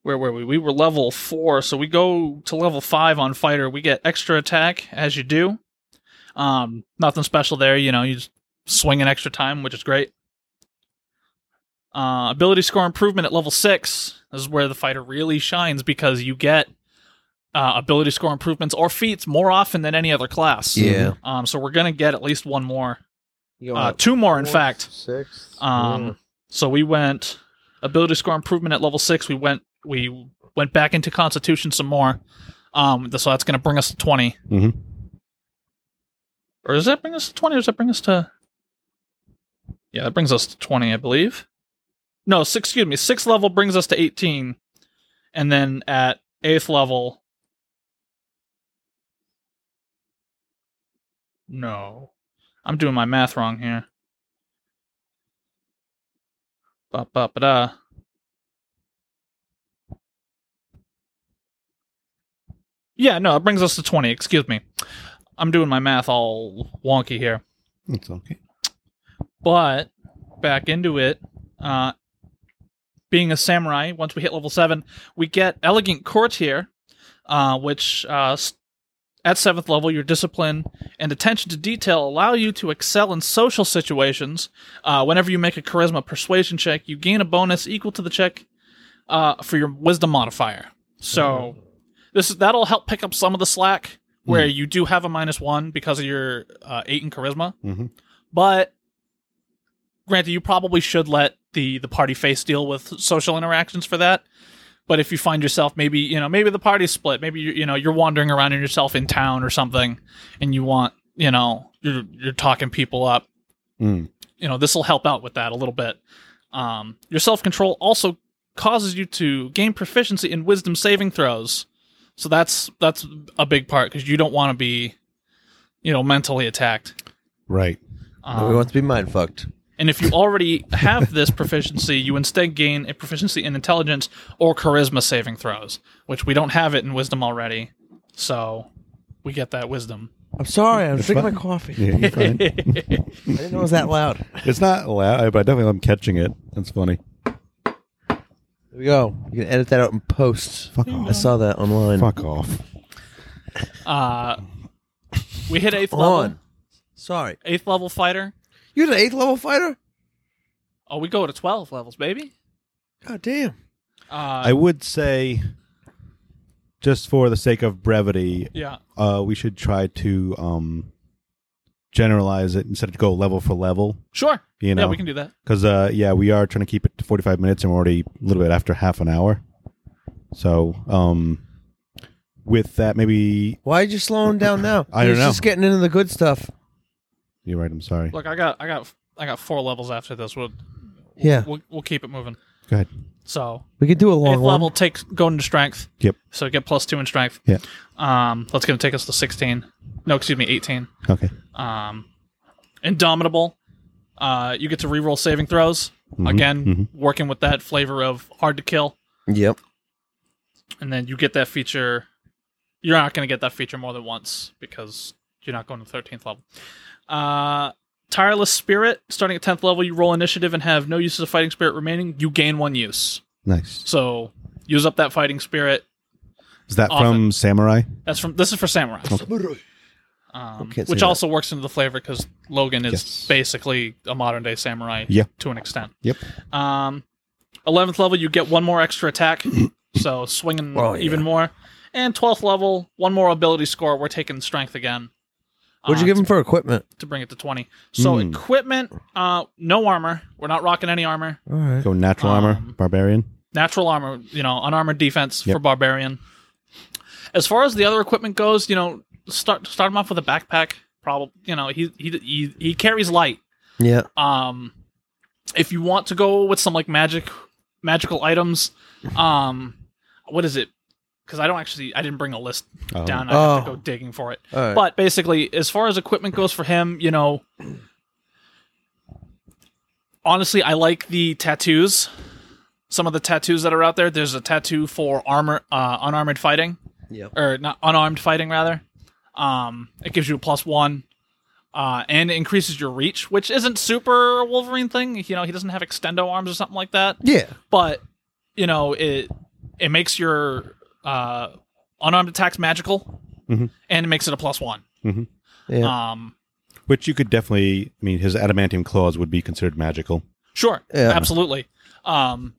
where were we? We were level four, so we go to level five on fighter. We get extra attack as you do. Um, nothing special there. You know, you just swing an extra time, which is great. Uh, ability score improvement at level six. This is where the fighter really shines because you get uh, ability score improvements or feats more often than any other class. Yeah. Um, so we're gonna get at least one more, You uh, two more, in fact. Six. Um, so we went ability score improvement at level six. We went we went back into Constitution some more. Um, so that's gonna bring us to twenty. Mhm. Or does that bring us to twenty? Or does that bring us to? Yeah, that brings us to twenty, I believe. No, six. Excuse me. Sixth level brings us to eighteen, and then at eighth level. No, I'm doing my math wrong here. Ba ba ba da. Yeah, no, it brings us to 20. Excuse me. I'm doing my math all wonky here. It's okay. But back into it, uh, being a samurai, once we hit level 7, we get Elegant Courtier, uh, which uh, s- at 7th level, your discipline and attention to detail allow you to excel in social situations. Uh, whenever you make a charisma persuasion check, you gain a bonus equal to the check uh, for your wisdom modifier. So this is, that'll help pick up some of the slack where you do have a minus one because of your uh, eight in charisma. Mhm. But granted, you probably should let the the party face deal with social interactions for that. But if you find yourself maybe you know maybe the party's split, maybe you you know you're wandering around in yourself in town or something, and you want you know you're you're talking people up Mm. you know this will help out with that a little bit um, your self-control also causes you to gain proficiency in wisdom saving throws so that's that's a big part because you don't want to be you know mentally attacked Right. um, we want Oh, to be mind fucked. and if you already have this proficiency you instead gain a proficiency in intelligence or charisma saving throws which we don't have it in wisdom already so we get that wisdom I'm sorry. I'm drinking fine. my coffee. Yeah, you're fine. (laughs) I didn't know it was that loud. Here it's not loud, but I definitely am catching it. That's funny. we go. You can edit that out in post. Fuck off. I saw that online. Fuck off. uh, we hit eighth level on. Sorry. eighth level fighter You're an eighth level fighter. Oh, we go to 12 levels, baby. God damn. Uh, I would say, just for the sake of brevity, yeah. uh, we should try to um, generalize it instead of go level for level. Sure. You know, yeah, we can do that. Because uh, yeah, we are trying to keep it to forty-five minutes, and we're already a little bit after half an hour. So, um, with that, maybe Why are you slowing down now? (laughs) I You're don't know. Just getting into the good stuff. you're right. I'm sorry. Look, I got I got I got four levels after this. We'll Yeah. we'll, we'll keep it moving. Go ahead. So, We could do a long eighth level one. takes go into strength. Yep. So get plus 2 in strength. Yeah. Um, that's going to take us to 16. No, excuse me, 18. Okay. Um, Indomitable. Uh, you get to reroll saving throws. Mm-hmm. Again, working with that flavor of hard to kill. Yep. and then you get that feature. You're not going to get that feature more than once because You're not going to the 13th level. Uh, Tireless Spirit, starting at 10th level, you roll initiative and have no uses of fighting spirit remaining. You gain one use. Nice. So use up that fighting spirit. Is that Often. from Samurai? That's from this is for samurai, um, Can't say which that. also works into the flavor because Logan is Yes. basically a modern day samurai Yeah. to an extent. Yep. Um, 11th level, you get one more (clears throat) extra attack, so swinging Oh, yeah. even more. And 12th level, one more ability score. We're taking strength again. What'd you Uh, give him Hmm. for equipment? to bring it to 20. So Mm. equipment, uh, no armor. We're not rocking any armor. All right. Go natural armor, Um, barbarian. Natural armor, you know, unarmored defense Yep. for barbarian. As far as the other equipment goes, you know, start start him off with a backpack. Probably, you know, he he he, he carries light. Yeah. Um, if you want to go with some like magic magical items, um, what is it? Because I don't actually I didn't bring a list Oh. down. I have to Oh. go digging for it. All right. But basically, as far as equipment goes for him, you know, honestly, I like the tattoos. Some of the tattoos that are out there. There's a tattoo for armor, uh, unarmored fighting, Yep. or not unarmed fighting rather. Um, it gives you a plus one, uh, and it increases your reach, which isn't super Wolverine thing. You know, he doesn't have extendo arms or something like that yeah. but you know it it makes your uh, unarmed attacks magical Mhm. and it makes it a plus one Mm-hmm. Yeah. um Oh. Which you could definitely, I mean, his adamantium claws would be considered magical. sure Yeah. absolutely um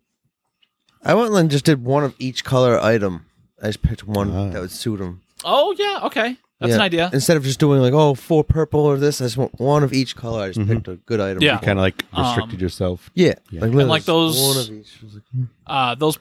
I went and just did one of each color item. I just picked one Ah. that would suit him. oh yeah okay that's Yeah. an idea Instead of just doing like, oh, four purple or this, I just want one of each color. I just picked a good item. Yeah. Kind of like restricted Um, yourself. Yeah. Mm-hmm. Yeah. literally And, like, just those- One of each. I was like, hmm. uh those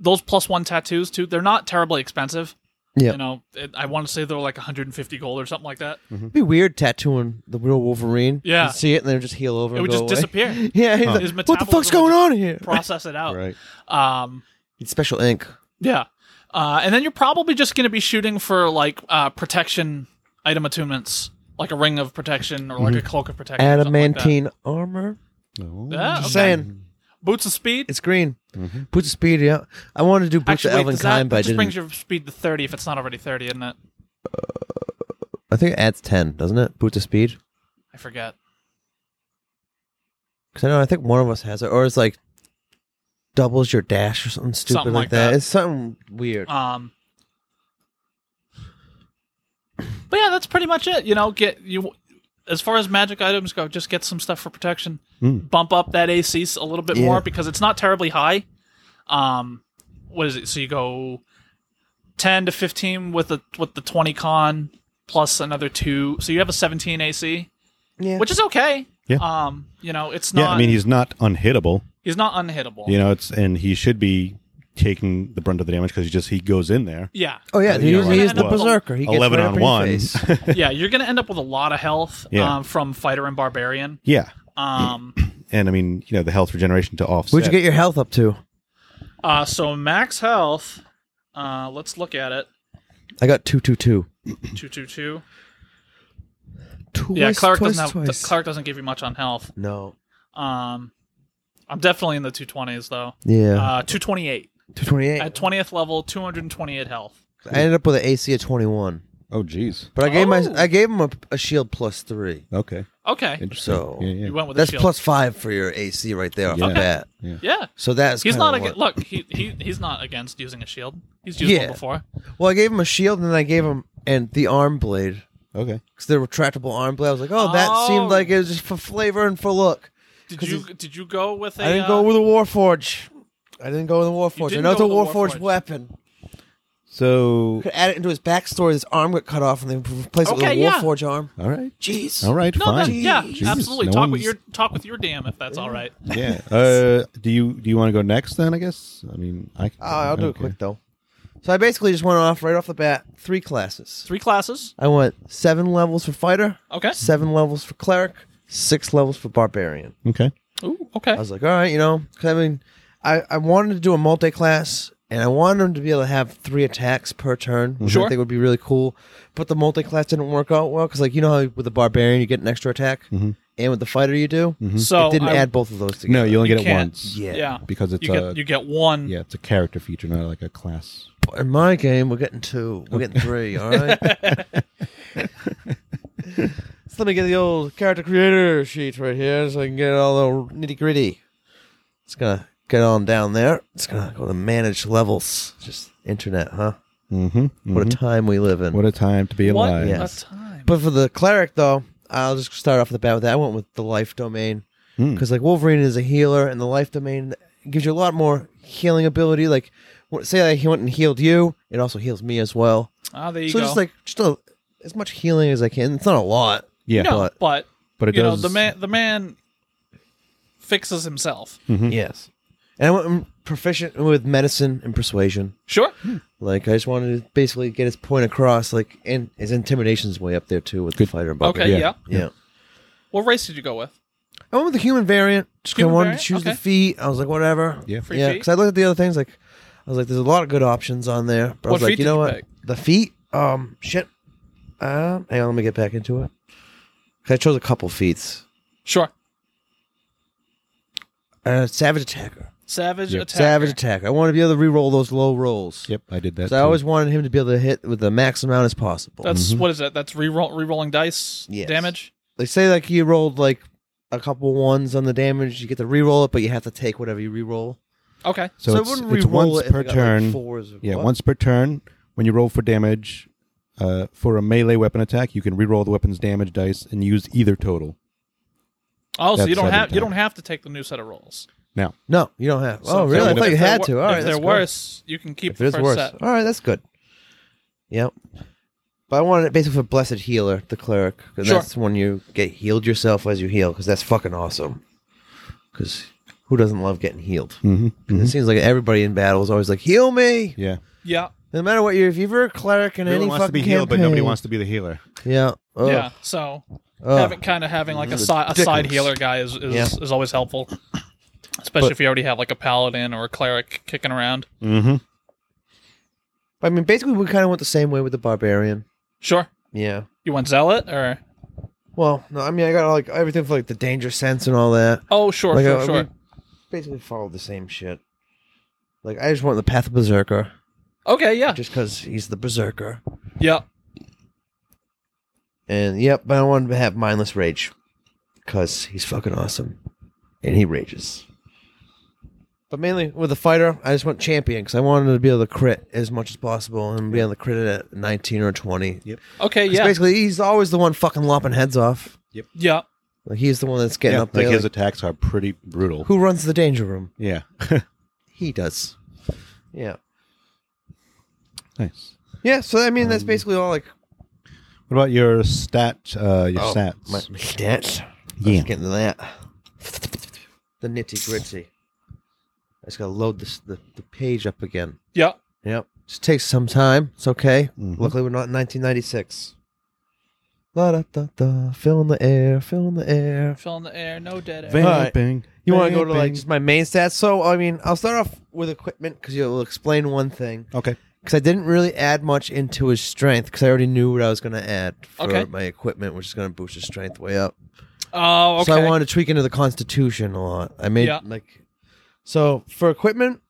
those plus one tattoos too they're not terribly expensive Yeah. you know it, i want to say they're like 150 gold or something like that It'd be weird tattooing the real Wolverine. Yeah. You'd see it and then it'd just heal over. it and would go just away. disappear (laughs) Yeah. he's Huh. like, His what the metabolism fuck's going on would here? process it (laughs) out Right. um It's special ink. Yeah. Uh, and then you're probably just going to be shooting for like uh, protection item attunements, like a ring of protection or like a cloak of protection. or something like that. Mhm. Adamantine armor. Oh. Yeah, Just okay. saying. Boots of speed. It's green. Boots of speed, yeah. I wanted to do Boots Actually, of wait, Elven does that, Kind, but that I just didn't. brings your speed to 30 if it's not already 30, isn't it? I think it adds 10, doesn't it? Boots of speed? I forget. Because I know, I think one of us has it. Or it's like doubles your dash or something stupid Something like, like that. that. It's something weird. Um, but yeah, that's pretty much it. You know, get you as far as magic items go, just get some stuff for protection. Mm. Bump up that AC s- a little bit Yeah. more because it's not terribly high. Um, what is it? So you go ten to fifteen with the with the twenty con plus another two, so you have a seventeen AC, yeah. which is okay. Yeah. Um, you know, it's Yeah, not. I mean, he's not unhittable. he's not unhittable. You know, it's and he should be taking the brunt of the damage because he just he goes in there. yeah. oh, yeah. you know, He's, like, he's the what, berserker. He gets Eleven right up on in your one. face. yeah, you're gonna end up with a lot of health Yeah. um, from fighter and barbarian. yeah, Um, and I mean, you know, the health regeneration to offset. What'd you get your health up to? uh, so max health. Uh, let's look at it. I got 222. Two two two. Twice, Yeah, cleric twice, doesn't have, twice. cleric doesn't give you much on health. No. Um, I'm definitely in the two twenties though. Yeah. Uh, two twenty eight 228. at twentieth level, two hundred twenty eight health. I ended up with an AC of 21. Oh, jeez. But I gave my Oh. I gave him a, a shield plus three. Okay. Okay, Interesting. So- yeah, yeah. you went with That's the shield. plus five for your AC right there off Yeah. the bat. Yeah, So that's he's kinda not what- against. Look, he, he he's not against using a shield. He's used Yeah. one before. Well, I gave him a shield, and then I gave him and the arm blade okay. because the retractable arm blade. I was like, oh, that Oh. seemed like it was just for flavor and for look. Did 'Cause you he's- did you go with a? I didn't uh, go with a warforge. I didn't go with a warforge. I didn't know it's a go with a warforge Warforged. weapon. So Could add it into his backstory. This arm got cut off, and they replaced it Okay, with a yeah. warforge arm. all right, Jeez. all right, No, fine. no, yeah, Jeez, absolutely. no talk with one's- your talk with your DM if that's all right. Yeah. (laughs) Uh, do you do you want to go next then? I guess. I mean, I. Oh, I'll do it okay. quick though. So I basically just went off right off the bat three classes. Three classes. I went seven levels for fighter, Okay. seven levels for cleric, six levels for barbarian. Okay. Ooh, okay. I was like, all right, you know, 'cause I mean, I, I wanted to do a multi class and I wanted them to be able to have three attacks per turn, which I Sure. think would be really cool. But the multi class didn't work out well because, like, you know how with the barbarian you get an extra attack and with the fighter you do? So It didn't I- add both of those together. Mm-hmm. No, you only You get it can't. once. Yeah. Yeah, Because it's you a get you get one. yeah, it's a character feature, not like a class. (laughs) But in my game, we're getting two, we're getting three, all right? let me get the old character creator sheet right here so I can get all the nitty gritty. It's gonna get on down there. It's gonna go to manage levels. Just internet, huh? Mm-hmm. What a time we live in. What a time to be What alive. Yeah. a Yes. time. But for the cleric, though, I'll just start off the bat with that. I went with the life domain Mm. because, like, Wolverine is a healer, and the life domain gives you a lot more healing ability. Like, wh- say that he went and healed you, it also heals me as well. Ah, there you so go. just like just a, as much healing as I can. It's not a lot. Yeah, no, but- but, but it you does. know the man the man fixes himself. Yes, and I went I'm proficient with medicine and persuasion. Sure. Like, I just wanted to basically get his point across. Like, and his intimidation's way up there too with the fighter bucket. Okay. Yeah. Yeah. yeah. What race did you go with? I went with the human variant. Just kind of Human wanted to variant? choose the Okay. feet. I was like, whatever. Yeah. Free yeah. feet? Because I looked at the other things, like I was like, there's a lot of good options on there. But I What was like, feet you did know you what? pick? The feet. Um, shit. Uh, hang on, let me get back into it. 'Cause I chose a couple feats. Sure. Uh, savage attacker. Savage Yep. attack. Savage attacker. I wanted to be able to re-roll those low rolls. Yep, I did that. Because I too. always wanted him to be able to hit with the max amount as possible. That's what is that? That's re-roll, re-rolling dice Yes. damage. they say like you rolled like a couple ones on the damage, you get to re-roll it, but you have to take whatever you re-roll. Okay. so, I it's, wouldn't it's re-roll once it if I per got, like, turn. fours or- yeah, what? once per turn. When you roll for damage uh, for a melee weapon attack, you can re-roll the weapon's damage dice and use either total. Oh, so That's you don't savage have you attack. don't have to take the new set of rolls. Now, No, you don't have. So oh, if really? I they're- thought if you they're had wor- to. All right, if that's they're good. worse, you can keep if the it is first worse, set. all right, that's good. Yep. But I wanted it basically for blessed healer, the cleric, because Sure. that's when you get healed yourself as you heal, because that's fucking awesome. Because who doesn't love getting healed? Mhm, 'Cause It seems like everybody in battle is always like, "Heal me!" yeah, Yeah. No matter what you're, if you're a cleric in any fucking campaign, to be the healer. Yeah. Ugh. Yeah. So Ugh. having kind of having like a, si- a side ridiculous. healer guy is is, Oh. Yeah. is always helpful, especially if you already have like a paladin or a cleric kicking around. Mm-hmm. I mean, basically, we kind of went the same way with the barbarian. Sure. Yeah. You want zealot or Well, no, I mean, I got like everything for like the danger sense and all that. oh sure Like, sure uh, sure. we basically followed the same shit. Like I just want the path of berserker, okay yeah just because he's the berserker. yeah And yep, but I wanted to have mindless rage, because he's fucking awesome, and he rages. But mainly with the fighter, I just went champion because I wanted to be able to crit as much as possible and be able to crit it at nineteen or twenty. Yep. okay 'Cause yeah Basically, he's always the one fucking lopping heads off. yeah Like he's the one that's getting yeah, up like there. his like, attacks are pretty brutal. who runs the danger room? Yeah, He does. Yeah. nice. Yeah, so I mean that's Um, basically all like What about your stat? Uh, your stats. Oh, My, my stats. Yeah. Let's get into that. The nitty gritty. I just gotta load this the, the page up again. yeah Yep. Just takes some time. It's okay. Mhm. Luckily we're not in nineteen ninety six. La da da da fill in the air, fill in the air. fill in the air no dead air Alright. Vamping. You want to go to like vamping. just my main stats? So I mean, I'll start off with equipment because you'll explain one thing. Okay. because I didn't really add much into his strength because I already knew what I was going to add for Okay. my equipment, which is going to boost his strength way up. oh So okay I wanted to tweak into the Constitution a lot. I made Yeah. like so for equipment,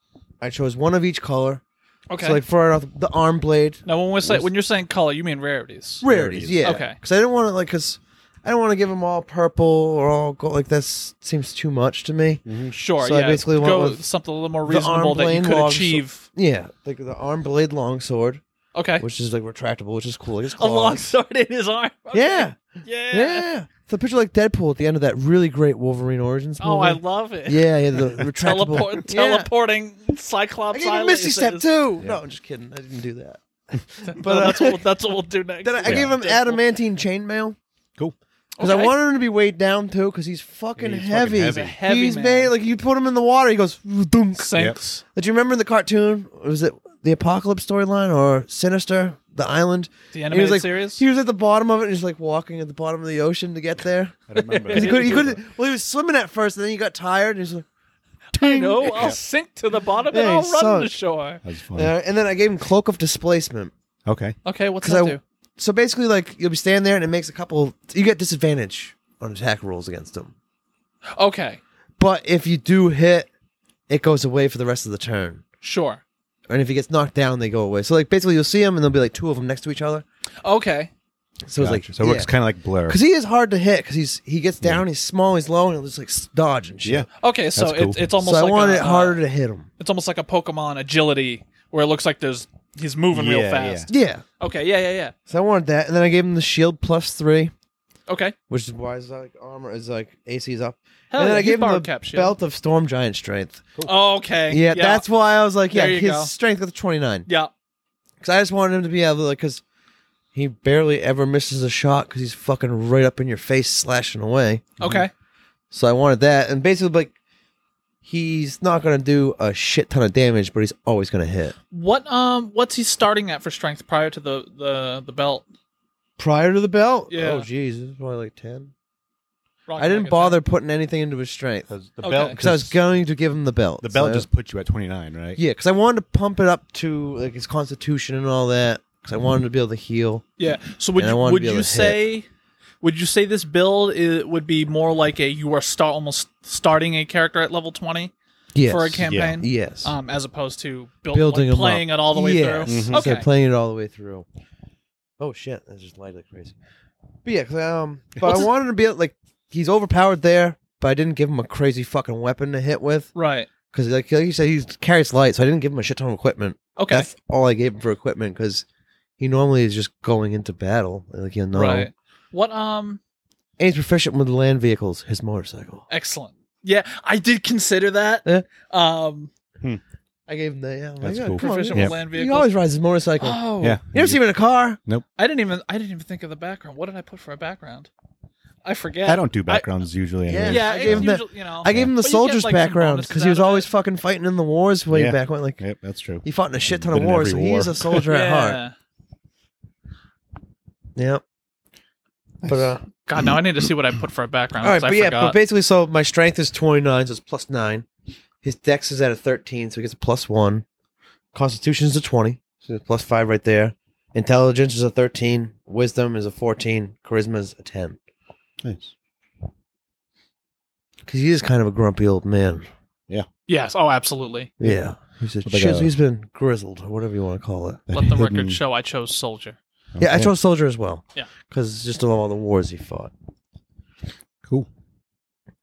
I chose one of each color. okay So like for our- the arm blade now when we say when you're saying color you mean rarities rarities, yeah. Okay. because I didn't want to like because I don't want to give them all purple or all gold. Like that seems too much to me. sure So I yeah basically went go with something a little more the arm reasonable that you plane could logs- achieve Yeah, like the arm blade longsword, okay which is like retractable, which is cool. Like, it's a claws. long sword (laughs) in his arm Okay. Yeah. yeah Yeah. So picture like Deadpool at the end of that really great Wolverine Origins movie. oh I love it Yeah, yeah, the retractable. (laughs) (laughs) Teleport, yeah. teleporting Cyclops. I gave him eyelids Misty Step is- too. No, I'm just kidding. I didn't do that. But uh, that's what we'll, that's what we'll do next. Then I, I gave him adamantine chainmail (laughs) Cool. because I Okay. wanted him to be weighed down too because he's fucking He's fucking heavy. heavy. He's a heavy He's man. made like you put him in the water, he goes. Dunk. Sinks. Did you remember in the cartoon? Was it the Apocalypse storyline or Sinister? The island. The And he was animated like, series? He was at the bottom of it, and he's like walking at the bottom of the ocean to get there. I remember. 'Cause he could, he could, well, he was swimming at first, and then he got tired, and he's like, I know. I'll sink to the bottom and Yeah, I'll he run to sunk. shore. That was fun. Uh, and then I gave him cloak of displacement. Okay. Okay, what's 'Cause that I- do? So basically, like you'll be standing there, and it makes a couple. You get disadvantage on attack rolls against him, Okay, but if you do hit, it goes away for the rest of the turn. sure. And if he gets knocked down, they go away. So like basically, you'll see him, and there'll be like two of them next to each other, Okay, So it's like Gotcha. so it works kind of like Blur. because he is hard to hit because he's he gets down, he's small, he's low, and he'll just like s- dodge and shit. Yeah. Okay, so That's cool. it's it's almost so like I want a, it uh, harder to hit him. it's almost like a Pokemon agility where it looks like there's he's moving real Yeah, fast. Yeah. Okay, yeah, yeah, yeah. So I wanted that, and then I gave him the shield plus three, Okay. which is why his like armor is like AC's up. Hell and then yeah, I he's gave him the power cap shield. belt of storm giant strength. Okay. Yeah, that's why I was like, yeah, There you his go. strength of twenty nine. yeah. Because I just wanted him to be able, to, like, because he barely ever misses a shot because he's fucking right up in your face, slashing away. Okay. Mm-hmm. So I wanted that, and basically, like, he's not gonna do a shit ton of damage, but he's always gonna hit. What um what's he starting at for strength prior to the the the belt? Prior to the belt, Yeah. Oh, jeez, this is only like ten. Rock I didn't Dragon, bother putting anything into his strength Because the Okay. belt, because I was going to give him the belt. the belt So- just put you at 29, right? yeah, because I wanted to pump it up to like his constitution and all that. Because I wanted to be able to heal. Yeah. So would And I you, wanna would be able you to hit. say would you say this build i would be more like a you are start almost starting a character at level 20 Yes. for a campaign? Yes. Um, as opposed to build, building like, them playing up. it all the way Yes. through. Mhm. Okay. So playing it all the way through. Oh shit, that's just light like crazy. But yeah, 'cause, (laughs) um, but What's I his- wanted to be like he's overpowered there, but I didn't give him a crazy fucking weapon to hit with right. because like, like you said, he carries light, so I didn't give him a shit ton of equipment. Okay. That's all I gave him for equipment because he normally is just going into battle, like you know, Right. What um and he's proficient with land vehicles, his motorcycle. excellent. Yeah, I did consider that. Yeah. Um I gave him the yeah, I'm like, That's yeah, cool. come on, proficient yeah. with land He vehicles. always rides his motorcycle. (gasps) oh. Yeah. you never see him in a car. I didn't even I didn't even think of the background. What did I put for a background? I forget. I don't do backgrounds usually. Yeah. anyways. Yeah, I it gave him the- usually- you know. I gave him the But you get, soldier's like, some background bonuses because he was out of always it. fucking fighting in the wars way Yeah. back when. Like Yep, that's true. he fought in a shit ton of Been in wars, so every he's war. a soldier (laughs) at heart. Yep. But uh, God, now I need to see what I put for a background. all right, 'cause but Oh, I yeah, forgot. but basically, so my strength is twenty nine, so it's plus nine. His dex is at a thirteen, so he gets a plus one. Constitution is a twenty, so it's plus five right there. Intelligence is a thirteen. Wisdom is a fourteen. Charisma is a ten. Nice. Because he is kind of a grumpy old man. yes, oh, absolutely. Yeah, he's a Like a- chiz- he's been grizzled or whatever you want to call it. Let the Hidden- record show I chose soldier. Yeah, I Okay. chose soldier as well. Yeah. because just of all the wars he fought. Cool.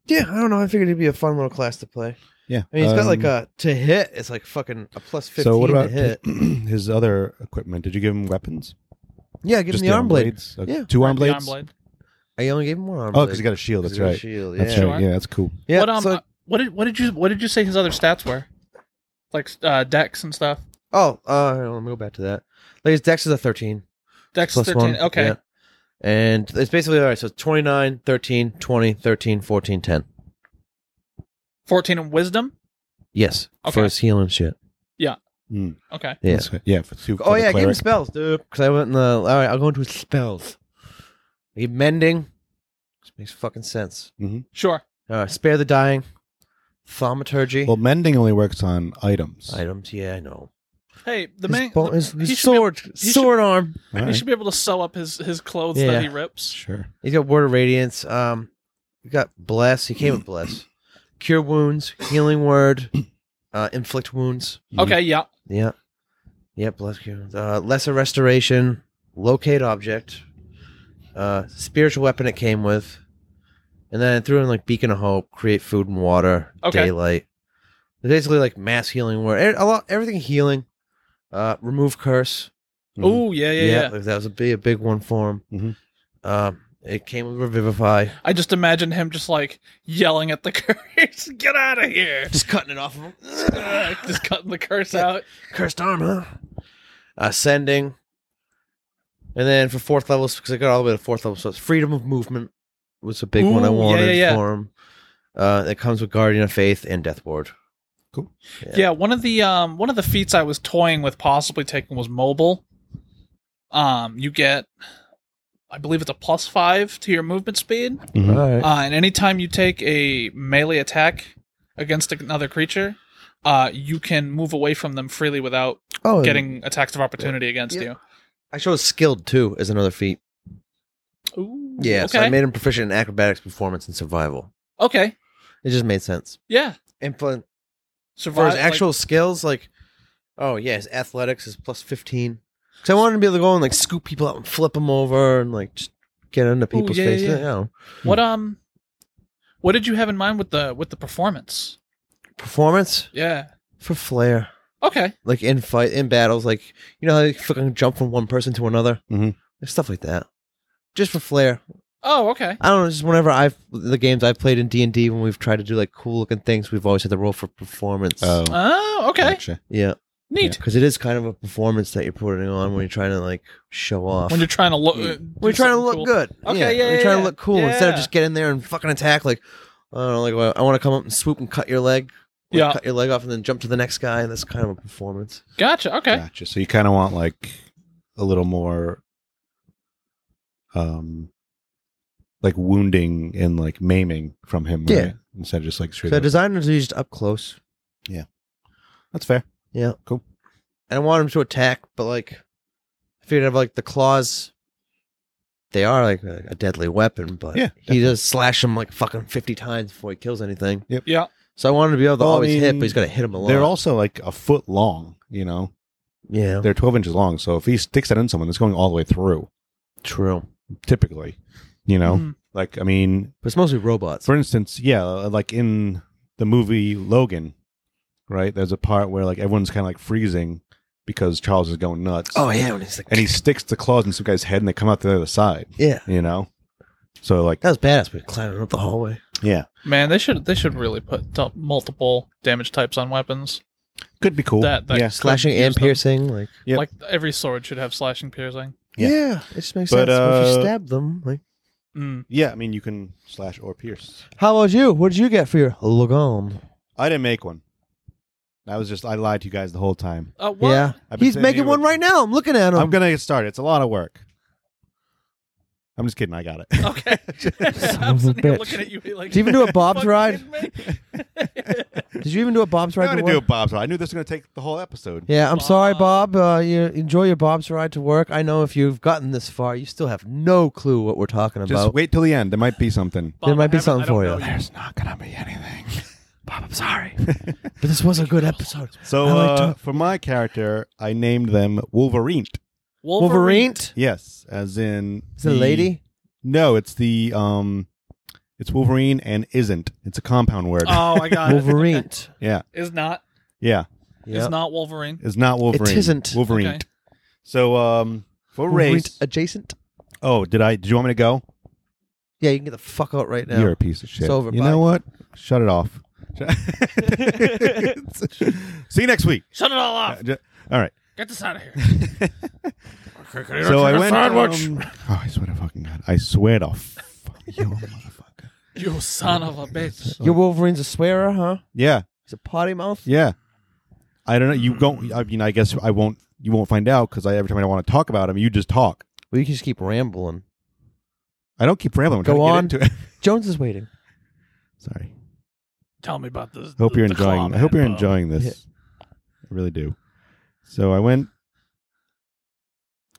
Yeah, I don't know. I figured it'd be a fun little class to play. Yeah. I mean, he's got like um, a to hit. It's like fucking a plus fifteen So what to about hit. (clears throat) his other equipment? Did you give him weapons? yeah, give him the arm blade. blades? Okay. Yeah. Two arm The blades? arm blade. I only gave him one arm. Oh, blade. because he got a shield. 'Cause he That's got a right. shield. Yeah. That's right. Yeah, that's cool. Yeah. what um so- uh, what did what did you what did you say his other stats were? Like uh decks and stuff. oh, uh, let me go back to that. Like his dex is a thirteen. Dex plus 13. one. Okay. yeah. And it's basically all right. So 29, 13, 20, 13, 14, 10. 14 in wisdom. Yes. Okay. For his healing shit. Mm. Okay. Yeah. That's good. Yeah. For two, Oh for the yeah, I gave him cleric. spells, dude. Because I went in the. All right, I'll go into his spells. I gave mending. This makes fucking sense. Sure. All right, spare the dying. Thaumaturgy. Well, mending only works on items. items. Yeah, I know. Hey, the his man bo- the- his- his he should be- sword, should- sword arm. All He right. should be able to sew up his his clothes Yeah. that he rips. Sure. He's got word of radiance. Um, he got bless. He came with (clears throat) bless. Cure wounds, healing word, uh, inflict wounds. Mhm. Okay, yeah. Yeah, yeah, bless cure. wounds. Uh, lesser restoration, locate object, uh, spiritual weapon it came with, and then I threw in like beacon of hope, create food and water, Okay. daylight. Basically, like mass healing word. E- A lot, everything healing. Uh, remove curse. Mm-hmm. Mhm. Oh, yeah, yeah, yeah, like that was a big, a big one for him. Mhm. Um, it came with Revivify. I just imagined him just like yelling at the (laughs) curse, "Get out of (laughs) here!" Just cutting it off of him. Ugh, just cutting the curse out. Cursed arm, huh? Ascending. And then for fourth levels, because I got all the way to fourth level, so it's freedom of movement was a big one I Ooh, yeah, wanted yeah, yeah. for him. Uh, it comes with Guardian of Faith and Death Ward. Yeah. one of the um one of the feats I was toying with possibly taking was mobile. Um, you get, I believe it's a plus five to your movement speed, Mhm. right. uh, and anytime you take a melee attack against another creature, uh, you can move away from them freely without oh, and getting attacks of opportunity against Yeah. I chose skilled too as another feat. you. Ooh, Yeah, okay. so I made him proficient in acrobatics, performance, and survival. okay, It just made sense. yeah. And for, for Survive his actual skills, like, oh yeah, his athletics is plus fifteen. Because I wanted to be able to go and like scoop people up and flip them over and like just get into people's yeah, yeah, faces. yeah. You know, What um, what did you have in mind with the with the performance? performance Yeah. for flair. Okay. Like in fight in battles, like you know how they fucking jump from one person to another, Mm-hmm. Mhm. stuff like that. Just for flair. Oh, okay. I don't know. Just whenever I've the games I've played in D and D, when we've tried to do like cool looking things, we've always had the role for performance. Oh, Oh, okay. gotcha. yeah, Neat. because it is kind of a performance that you're putting on when you're trying to like show off. When you're trying to look, uh, do We're trying to something look cool. good. Okay, yeah, We're yeah, trying to yeah. look cool instead of Yeah. just getting there and fucking attack. Like, I don't know, like well, I want to come up and swoop and cut your leg. Like, Yeah. Cut your leg off and then jump to the next guy. That's kind of a performance. Gotcha. Okay. Gotcha. So you kind of want like a little more, um, like wounding and like maiming from him, right? Yeah. Instead of just like straight. So up. designers are just up close, That's fair. and I want them to attack, but like, I figured out like the claws. They are like a, a deadly weapon, but Yeah, he does slash them like fucking fifty times before he kills anything. Yep. Yeah. So I wanted to be able to Well, I always hit, mean, but he's got to hit him a lot. They're also like a foot long. You know, yeah, they're twelve inches long. So if he sticks that in someone, it's going all the way through. true, Typically, you know, Mhm. like I mean, but it's mostly robots. For instance, yeah, like in the movie Logan, right? There's a part where like everyone's kind of like freezing because Charles is going nuts. oh yeah, when he's like, And (laughs) he sticks the claws in some guy's head and they come out the other side, yeah, you know? So like that was badass. We were climbing up the hallway. yeah, Man, they should they should really put up multiple damage types on weapons. could be cool. That- that- yeah. slashing Use and them. piercing, like Yep. Like every sword should have slashing, piercing. Yeah. it just makes sense. But, But if uh, you stab them, like Mm. Yeah, I mean you can slash or pierce. how about you? What did you get for your Lagon? I didn't make one. I was just I lied to you guys the whole time. Uh, what? Yeah, I've been he's sitting making here one with- right now. I'm looking at him. I'm going to get started. It's a lot of work. I'm just kidding. I got it. Okay. of (laughs) I'm a sitting here bitch. looking at you be like, Did you even do a Bob's (laughs) "Fucking ride? (laughs) kidding me?" Did you even do a Bob's (laughs) I'm ride? going to to do a work? Bob's ride. I knew this was going to take the whole episode. yeah, I'm sorry, Bob. Bob. Uh, you enjoy your Bob's ride to work. I know if you've gotten this far, you still have no clue what we're talking Just about. wait till the end. There might be something. Bob, might be I haven't- something I don't for know (laughs) you. There's not gonna be anything. Bob, I'm sorry, but this was a good episode. So I like uh, to- for my character, I named them Wolverine. Wolverine Yes, as in is it a lady. No, it's the um, it's Wolverine and isn't. It's a compound word. Oh, I got it. Wolverine. yeah, Is not. yeah. Yeah, Is (laughs) not Wolverine. It's not Wolverine. isn't. Wolverine. Okay. So um, for Wolverine race. adjacent. oh, did I? Did you want me to go? Yeah, you can get the fuck out right now. You're a piece of shit. It's over, You bye. know what? Shut (laughs) it off. (laughs) See you next week. Shut it all Ah. off. Uh, ju- All right. Get this out (laughs) of here. (laughs) So I went. Um, (laughs) oh, I swear to fucking god! I swear (laughs) to fuck you, motherfucker. You son of (laughs) a bitch. Your Wolverine's a swearer, huh? Yeah, He's a potty mouth. yeah. I don't know. You don't. I mean, I guess I won't. You won't find out because I every time I want to talk about him, you just talk. Well, you can just keep rambling. I don't keep rambling. I'm Go trying on. To get into it. (laughs) Jones is waiting. Sorry. Tell me about this. Hope the- you're the claw enjoying. I man, hope you're Bob. enjoying this. I really do. So I went.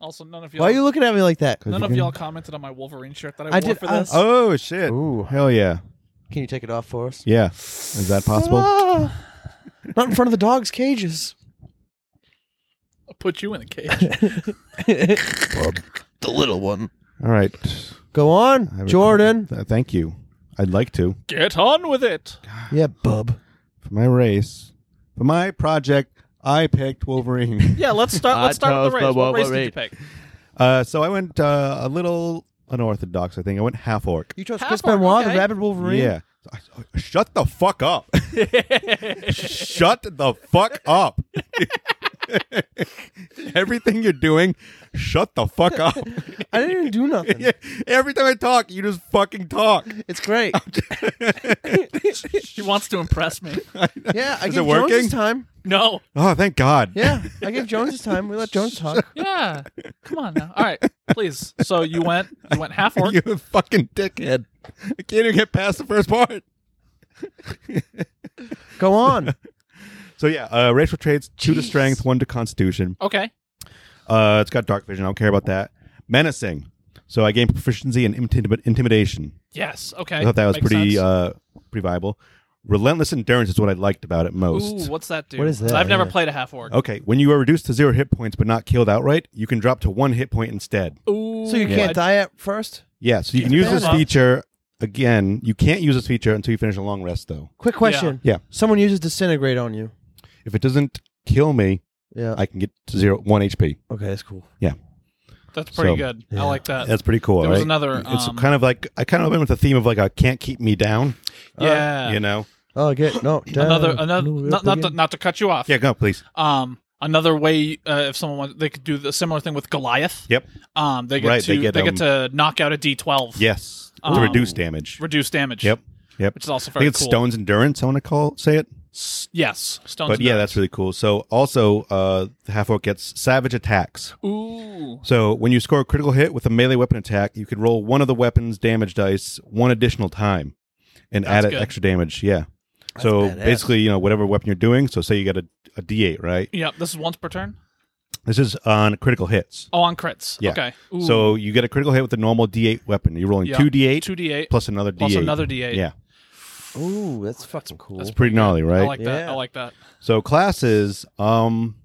Also, none of y'all. Why are you looking at me like that? 'cause None you of can- y'all commented on my Wolverine shirt that I, I wore did- for I- this. Oh shit! Ooh. Hell yeah! Can you take it off for us? Yeah. Is that possible? Ah. not in front of the dogs' (laughs) cages. I'll put you in the (laughs) cage. The little one. All right. Go I have on, a- Jordan. Th- thank you. I'd like to. Get on with it. Yeah, bub. for my race, for my project, I picked Wolverine. Yeah, let's start. Let's start with the race. What race did you pick? Uh, so I went uh, a little unorthodox. I think I went half orc. You trust Half Chris orc, Benoit, okay. the rabbit Wolverine? Yeah. So I- I- Shut the fuck up. Shut the fuck up. (laughs) Everything you're doing, shut the fuck up. (laughs) I didn't even do (laughs) nothing. Every time I talk, you just fucking talk. (laughs) It's great. She wants to (laughs) impress me. Yeah, I gave Is it Jones working? his time. No. Oh, thank God. Yeah, I gave Jones his time. We let Jones talk. Yeah. Come on now. All right, (laughs) please. So you went. You went half (laughs) (laughs) orc. you a fucking dickhead. I can't even get past the first part. Go on. So yeah, uh, racial traits: two to strength, one to constitution. Okay. Uh, it's got dark vision. I don't care about that. Menacing. So I gained proficiency in intimid- intimidation. Yes. Okay. I thought that was Makes pretty sense. uh, pretty viable. Relentless endurance is what I liked about it most. Ooh, what's that do? What is that? I've never Yeah. played a half orc. okay, when you are reduced to zero hit points but not killed outright, you can drop to one hit point instead. Ooh, (laughs) So you I- can't die at first? Yeah, so you can use bad this luck. feature again. You can't use this feature until you finish a long rest, though. Quick question. Yeah. Yeah. Someone uses disintegrate on you. If it doesn't kill me, Yeah. I can get to zero one HP. okay, that's cool. That's pretty So, good. yeah. I like that. That's pretty cool. Uh, There was right? another, It's um, kind of like I kind of went with the theme of like a can't keep me down. yeah. You know? Oh, I get no. Another, down, another, move not up not to, again. not to cut you off. Yeah. Go please. Um, another way, uh, if someone wants, they could do the similar thing with Goliath. Yep. Um, they get Right, to they they get, um, get, to knock out a D12. Yes. To Um, reduce damage. Reduce damage. Yep. Yep. Which is I also think very it's cool. Stone's endurance. I want to call say it, S- Yes. Stones. but and yeah, Dirt. that's really cool. So also, uh, the half orc gets savage attacks. Ooh. So when you score a critical hit with a melee weapon attack, you could roll one of the weapon's damage dice one additional time, and That's add good. extra damage. Yeah. so badass. basically, you know, whatever weapon you're doing. So say you got a, a D8, right? Yep. This is once per turn. This is on critical hits. Oh, on crits. Yeah. Okay. Ooh. So you get a critical hit with the normal D8 weapon. You're rolling Yeah. two D8 two D8 plus another D8. plus another D8. Yeah, Ooh, that's fucking cool. it's pretty gnarly, I right? like that. I Yeah. like that. so classes. Um,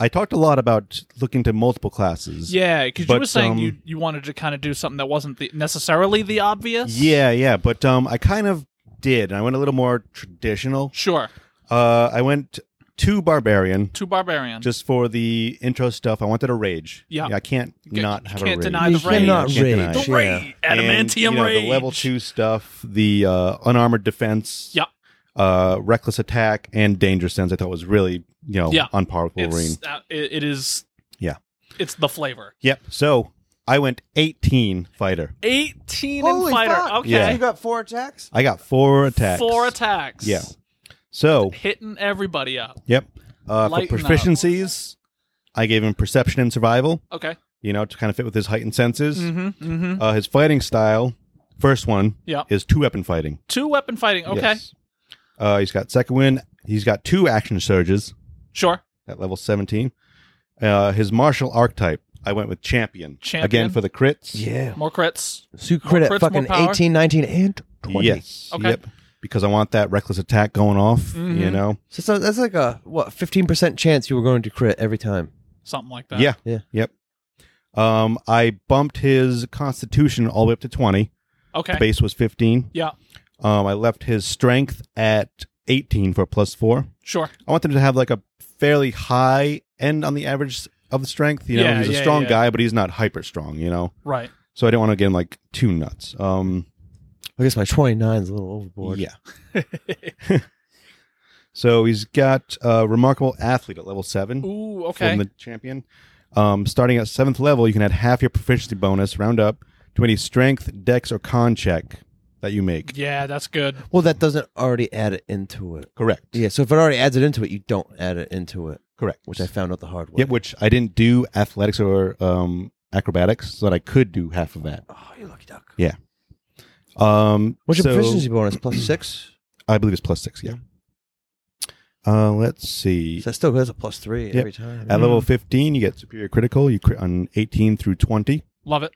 I talked a lot about looking to multiple classes. Yeah, because you But, were saying um, you, you wanted to kind of do something that wasn't the, necessarily the obvious. yeah, yeah. But um, I kind of did. I went a little more traditional. Sure. Uh, I went to barbarian Two barbarian. just for the intro stuff. I wanted a rage. Yeah. I can't You not you have can't a rage. deny You the rage. cannot Can't deny rage. it. The Yeah. rage. And, Adamantium you know, rage. The level two stuff, the uh, unarmored defense, Yeah. uh, reckless attack, and danger sense. I thought was really you know Yeah. on par with Wolverine. It's, uh, it, it is. Yeah. It's the flavor. Yep. So I went 18 fighter. 18 Holy and fighter. fuck. Okay. Yeah. You got four attacks? I got four attacks. Four attacks. Yeah. So Hitting everybody up. yep. Uh, for Lighten up. proficiencies, I gave him perception and survival. Okay. You know to kind of fit with his heightened senses. Mm-hmm. Mm-hmm. Uh, his fighting style, first one, Yep. is two weapon fighting. Two weapon fighting. Okay. Yes. Uh, he's got second win. He's got two action surges. Sure. at level 17. Uh, his martial archetype, I went with champion. Champion. Again for the crits. Yeah. More crits. So you crit crits, at fucking more power. 18, 19, and 20. Yes. Okay. Mm-hmm. Yep. Because I want that reckless attack going off, you know? So, so that's like a, what, 15% chance you were going to crit every time. Something like that. Yeah. Yeah. Yep. Um, I bumped his constitution all the way up to 20. Okay. The base was 15. Yeah. Um, I left his strength at 18 for a plus four. Sure. I want them to have like a fairly high end on the average of the strength. You know, Yeah, he's a yeah, strong yeah. guy, but he's not hyper strong, you know? Right. So I didn't want to get him like too nuts. Um, I guess my 29 is a little overboard. Yeah. (laughs) so he's got a remarkable athlete at level seven Ooh. Okay. from the champion. Um, starting at seventh level, you can add half your proficiency bonus round up to any strength, dex, or con check that you make. yeah, that's good. Well, that doesn't already add it into it. Correct. Yeah, so if it already adds it into it, you don't add it into it, Correct. which I found out the hard way. yeah, which I didn't do athletics or um, acrobatics, so that I could do half of that. oh, you lucky duck. Um, What's your so- proficiency bonus? (clears throat) Plus six? I believe it's plus six. Yeah. Uh, let's see. So that still goes a plus three Yep. every time. At level fifteen, you get superior critical. You crit on eighteen through twenty. Love it.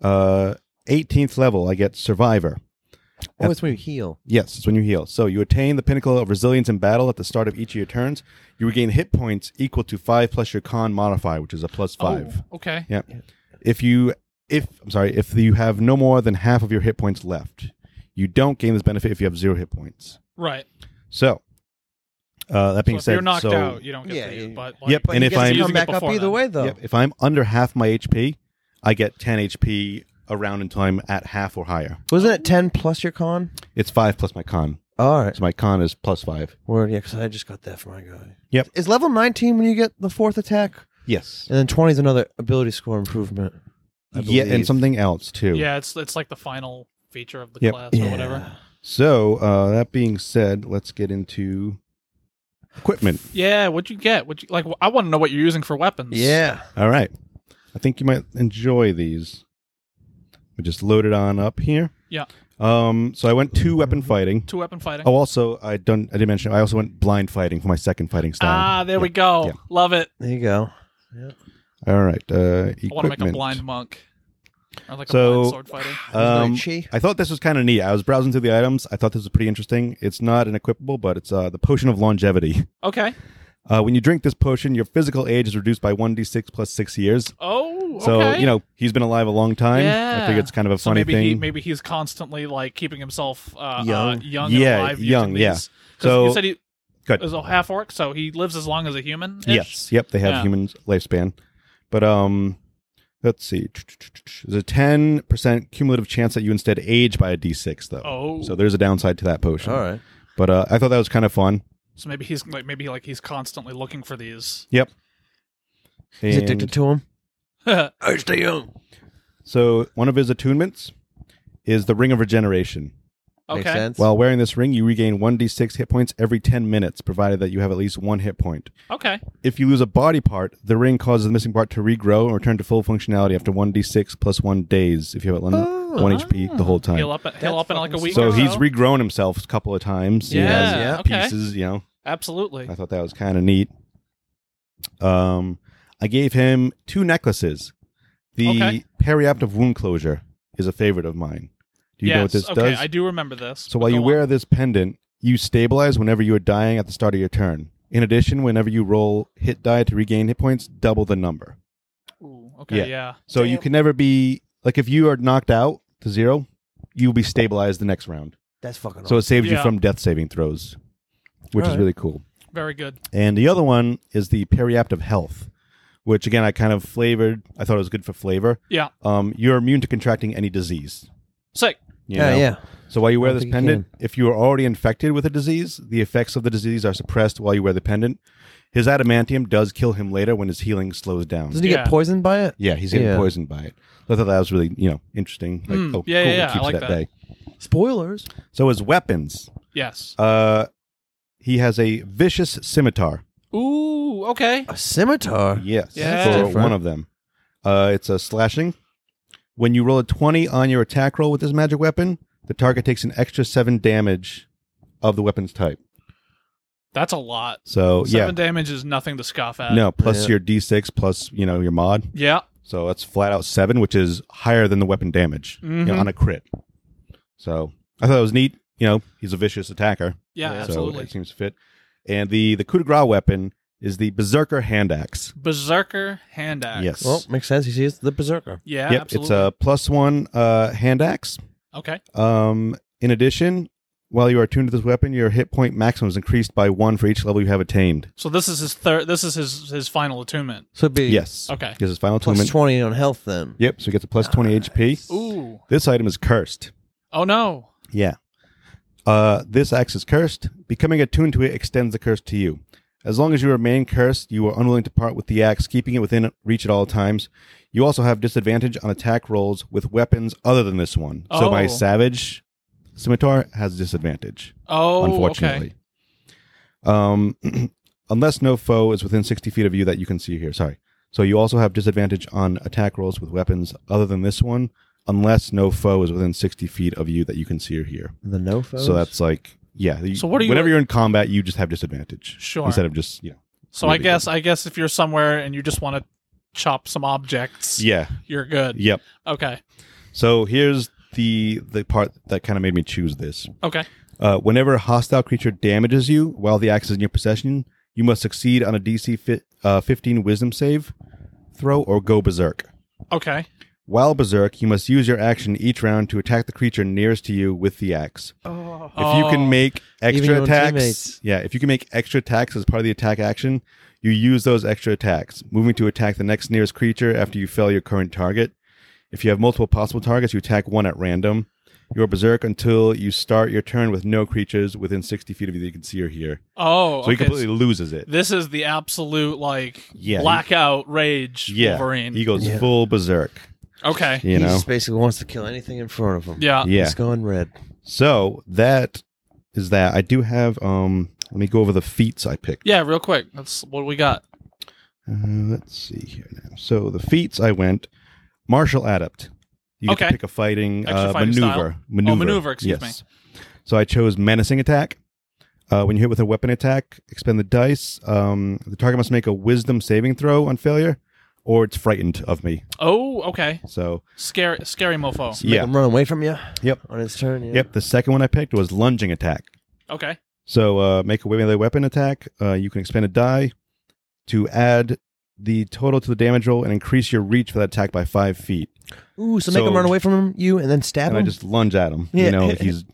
Uh, 18th level, I get Survivor. oh, it's when you heal. Yes, it's when you heal. So you attain the pinnacle of resilience in battle at the start of each of your turns. You regain hit points equal to five plus your con modifier, which is a plus five. Oh, okay. Yeah. If you, if I'm sorry, if you have no more than half of your hit points left, you don't gain this benefit if you have zero hit points. Right. So uh, that So being if said, you're knocked so- out, you don't get Yeah, the yeah. But Yep, like- But And you if get I'm- to Using come it back up before either then. way, though. Yep, if I'm under half my HP, I get 10 HP around until I'm at half or higher. Wasn't it 10 plus your con? It's five plus my con. All right. So my con is plus five. Word, yeah, because I just got that from my guy. Yep. Is level 19 when you get the fourth attack? Yes. And then 20 is another ability score improvement. I yeah, and believe. something else too. Yeah, it's it's like the final feature of the Yep. class or whatever. So uh, that being said, let's get into equipment. Yeah, what'd you get? What you like? I want to know what you're using for weapons. Yeah. All right, I think you might enjoy these. We just load it on up here. Yeah. Um. So I went two weapon fighting. Two weapon fighting. Oh, also I done. I didn't mention. I also went blind fighting for my second fighting style. ah, there we go. Yeah. Love it. There you go. All right. Uh, equipment. I want to make a blind monk. Or like a So- blind sword fighter. no Um, chi. I thought this was kind of neat. I was browsing through the items. I thought this was pretty interesting. It's not an equipable, but it's uh, the potion of longevity. Okay. Uh, when you drink this potion, your physical age is reduced by one d six plus six years. Oh, So okay. you know he's been alive a long time. I Yeah. think it's kind of a So funny maybe thing. He, maybe he's constantly like keeping himself uh, young, Young. uh, young Yeah, and alive. young, Using yeah. These. 'Cause So- you said he Good. is a half orc, so he lives as long as a human. Yes. Yep. They have Yeah. human lifespan, but um, let's see. There's a ten percent cumulative chance that you instead age by a d6, though. Oh. So there's a downside to that potion. All right. But uh, I thought that was kind of fun. So maybe he's like maybe like he's constantly looking for these. (laughs) Yep. He's And addicted to him. oh, I stay young. So one of his attunements is the Ring of Regeneration. Makes Okay. sense. While wearing this ring, you regain one d6 hit points every ten minutes, provided that you have at least one hit point. okay. If you lose a body part, the ring causes the missing part to regrow and return to full functionality after 1d6 plus 1 days if you have at least Oh. 1 HP the whole time. He'll up he'll up in like a week. so or he's regrown himself a couple of times. He has Yeah, yeah, okay. pieces, you know. Absolutely. I thought that was kind of neat. Um, I gave him two necklaces. The Okay. periaptive wound closure is a favorite of mine. Do you yes. know what this okay, does? I do remember this. So but while you go on. wear this pendant, you stabilize whenever you are dying at the start of your turn. In addition, whenever you roll hit die to regain hit points, double the number. Ooh, okay, Yeah. yeah. So you can never be like if you are knocked out to zero, you'll be stabilized the next round. That's fucking So it saves you Yeah. from death saving throws, which is Right. really cool. Very good. And the other one is the periaptive health, which again I kind of flavored. I thought it was good for flavor. Yeah. Um, you're immune to contracting any disease. Sick. you Yeah, know? yeah. So while you wear don't this think you pendant, if you are already infected with a disease, the effects of the disease are suppressed while you wear the pendant. His adamantium does kill him later when his healing slows down. Doesn't he Yeah. get poisoned by it? yeah, he's getting Yeah. poisoned by it. I thought that was really, you know, interesting. Like, Mm, oh, cool, yeah, yeah, it yeah, I keeps like that, that. day. Spoilers. So his weapons, Yes. uh, he has a vicious scimitar. Ooh, okay. A scimitar. Yes, Yeah. for That's different. one of them. Uh, it's a slashing. When you roll a twenty on your attack roll with this magic weapon, the target takes an extra seven damage of the weapon's type. That's a lot. So Oh, yeah, Seven damage is nothing to scoff at. No, plus Yeah. your d6 plus you know your mod. Yeah. So that's flat out seven, which is higher than the weapon damage you know, Mhm. on a crit. So I thought it was neat. You know, he's a vicious attacker, Yeah, Yeah. so absolutely. it seems to fit. And the the coup de grace weapon is the berserker hand axe. Berserker hand axe. Yes. Well, makes sense. He is the berserker. Yeah, yep, absolutely. it's a plus one uh, hand axe. okay. Um, in addition, while you are attuned to this weapon, your hit point maximum is increased by one for each level you have attained. So this is his third this is his his final attunement. So it'd be Yes. Okay. Because his final plus attunement. 20 on health then. Yep. So he gets a plus twenty HP. Ooh. This item is cursed. Oh no. Yeah. Uh, this axe is cursed. Becoming attuned to it extends the curse to you. As long as you remain cursed, you are unwilling to part with the axe, keeping it within reach at all times. You also have disadvantage on attack rolls with weapons other than this one. So my Oh. savage scimitar has disadvantage, Oh okay. unfortunately. Um, (clears throat) unless no foe is within 60 feet of you that you can see here. Sorry. So you also have disadvantage on attack rolls with weapons other than this one, unless no foe is within 60 feet of you that you can see or hear. The no foes. So that's like, yeah. you- So what are you- whenever you're in combat, you just have disadvantage. Sure. Instead of just, you know. So I Really guess I guess if you're somewhere and you just want to chop some objects, Yeah. you're good. Yep. Okay. So here's the the part that kind of made me choose this. Okay. Uh, whenever a hostile creature damages you while the axe is in your possession, you must succeed on a DC fi- uh, 15 Wisdom save throw or go berserk. Okay. While berserk, you must use your action each round to attack the creature nearest to you with the axe. Oh. If you can make your extra own attacks, teammates. yeah, if you can make extra attacks as part of the attack action, you use those extra attacks, moving to attack the next nearest creature after you fail your current target. If you have multiple possible targets, you attack one at random. You're berserk until you start your turn with no creatures within 60 feet of you that you can see or hear. Oh, So he okay. completely loses it. This is the absolute like Yeah, he- blackout rage Yeah, Wolverine. he goes Yeah. full berserk. okay. You he know, just basically wants to kill anything in front of him. Yeah. yeah. He's gone red. So that is that. I do have. Um, let me go over the feats I picked. Yeah, real quick. That's what we got. Uh, let's see here now. So the feats I went martial adept. You get to Okay. pick a fighting, Extra uh, fighting maneuver, style. Oh, maneuver. maneuver, excuse me. So I chose menacing attack. Uh, when you hit with a weapon attack, expend the dice. Um, the target must make a wisdom saving throw on failure. or it's frightened of me. Oh, okay. So, Scary, scary mofo. Make yeah. him run away from you. Yep. On his turn. Yeah. Yep. The second one I picked was lunging attack. Okay. So uh, make a melee weapon attack. Uh, you can expend a die to add the total to the damage roll and increase your reach for that attack by five feet. Ooh, so, make So- him run away from him, you, and then stab And I him. just lunge at him. Yeah. eh, You know, if he's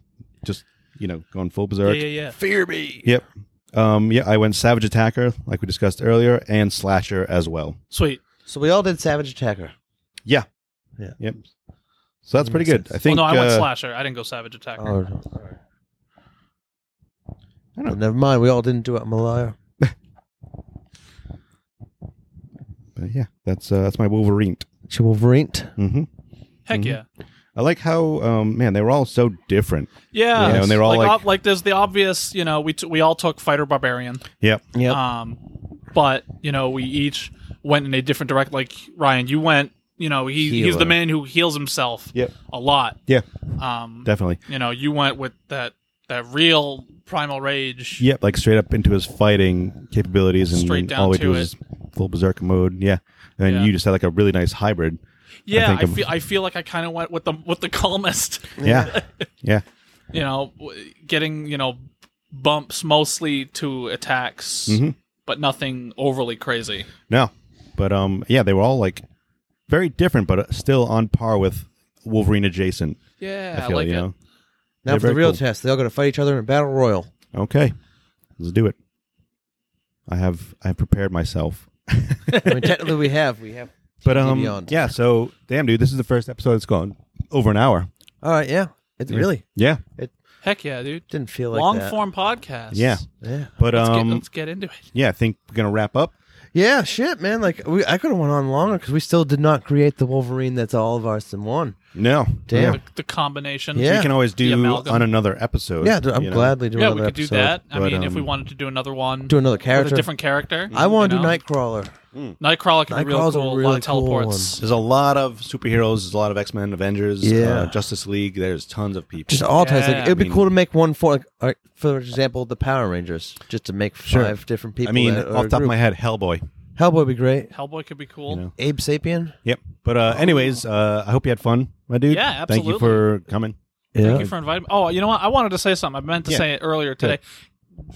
just you know going full Yeah, berserk. yeah, yeah. fear me. Yep. Um, yeah, I went savage attacker, like we discussed earlier, and slasher as well. Sweet. Oh, So we all did savage attacker. Yeah. Yeah. Yep. So that's That pretty makes good. sense. I think. well, Oh, no, I went uh, slasher. I didn't go savage attacker. Oh, no. I Well, don't never mind. We all didn't do it. I'm a liar. But yeah, that's uh, that's my Wolverine. She Wolverine. hmm Heck Mhm. yeah. I like how um, man they were all so different. Yeah. You know, and they're all like, like- ob- like there's the obvious, you know, we t- we all took fighter barbarian. Yep. Yep. Um, but you know, we each went in a different direct. Like Ryan, you went. You know, he, he's Healer. the man who heals himself Yep. a lot. Yeah. Um, Definitely. you know, you went with that that real primal rage. Yep, like straight up into his fighting capabilities and Straight down all we to do it. is full berserk mode. Yeah. And then Yeah. you just had like a really nice hybrid. I Yeah, think I, I'm- feel I feel like I kind of went with the with the (laughs) calmest. Yeah. (laughs) yeah. You know, w- getting you know bumps mostly to attacks, Mhm. but nothing overly crazy. No. But um yeah, they were all like very different but uh, still on par with Wolverine adjacent. Yeah, I feel like you it. know. Now They're for the very real cool. test. They all got to fight each other in a battle royal. Okay. Let's do it. I have I have prepared myself. I mean, technically, we have. We have. But um Beyond. yeah, so damn dude, this is the first episode that's gone over an hour. All right. Yeah. It really Yeah. Heck yeah, dude! didn't feel like Long that. form podcast. Yeah. Yeah. But Let's, um get, let's get into it. yeah, I think we're going to wrap up. Yeah. Shit, man. Like we, I could have went on longer because we still did not create the Wolverine that's all of ours in one. No. Damn. The, the combination. Yeah. We can always do amalgam. on another episode. Yeah. dude, I'm you know? gladly doing. Yeah, we another could do episode. that. I but, mean, if we um, wanted to do another one, Do another character. with a different character. I want to you do know? Nightcrawler. Nightcrawler could be really Nightcrawler's a cool. a lot really of cool teleports. There's a lot of superheroes. There's a lot of X Men, Avengers, Yeah. uh, Justice League. There's tons of people. Just all types. Like Yeah, it would I be mean- cool to make one for, like, all right, for example, the Power Rangers, just to make five different people. I mean, that are a off the top of group. my head, Hellboy. Hellboy would be great. Hellboy could be cool. know. Abe Sapien. Yep. But uh, anyways, uh, I hope you had fun, my dude. Yeah, Thank you for coming. Yeah. Thank you for inviting me. Oh, you know what? I wanted to say something. I meant to Yeah. say it earlier today.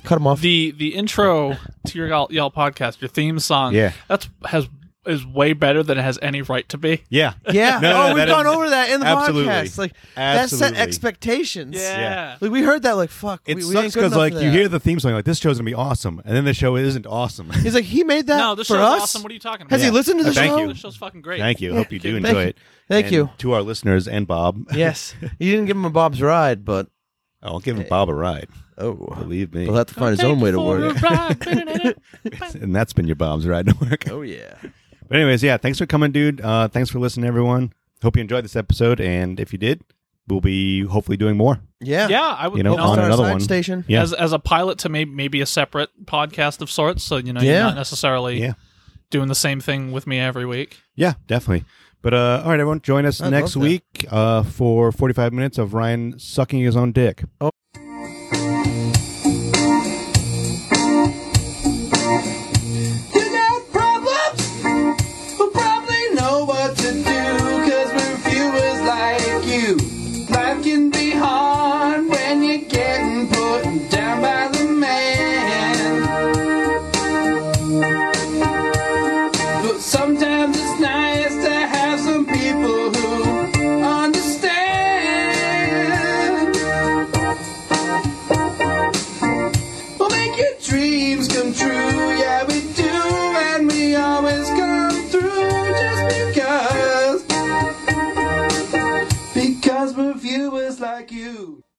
Cut him off. (laughs) The the intro to your Yell Yell podcast, your theme song, Yeah. that's has is way better than it has any right to be. Yeah. (laughs) Yeah. No, no, oh, no, we've that gone is- over that in the Absolutely. podcast. Like that Absolutely. set expectations. Yeah. Like we heard that like fuck. It we, we ain't sucks good because enough like for you that. hear the theme song, like this show's gonna be awesome, and then the show isn't awesome. (laughs) He's like he made that No, this for show's us. awesome. What are you talking about? Has he listened to Uh, the thank show? you. This show's fucking great. Thank you. Hope you do Thank enjoy you. it. Thank And (laughs) you. to our listeners and Bob. Yes. You didn't give him a Bob's ride, but (laughs) I'll give him Bob a ride. oh, Believe me. he'll have to find his own way to work. Ah, work. and that's been your Bob's ride to work. Oh yeah. But anyways, yeah, thanks for coming, dude. Uh, thanks for listening, everyone. Hope you enjoyed this episode, and if you did, we'll be hopefully doing more. (laughs) Yeah. (laughs) yeah, I would. You know, Start on a another side one. station. Yeah, as as a pilot to maybe maybe a separate podcast of sorts. So you know, you're Yeah. not necessarily Yeah. doing the same thing with me every week. yeah, definitely. But uh, all right, everyone, join us I'd next love that. week uh, for forty-five minutes of Ryan sucking his own dick. Oh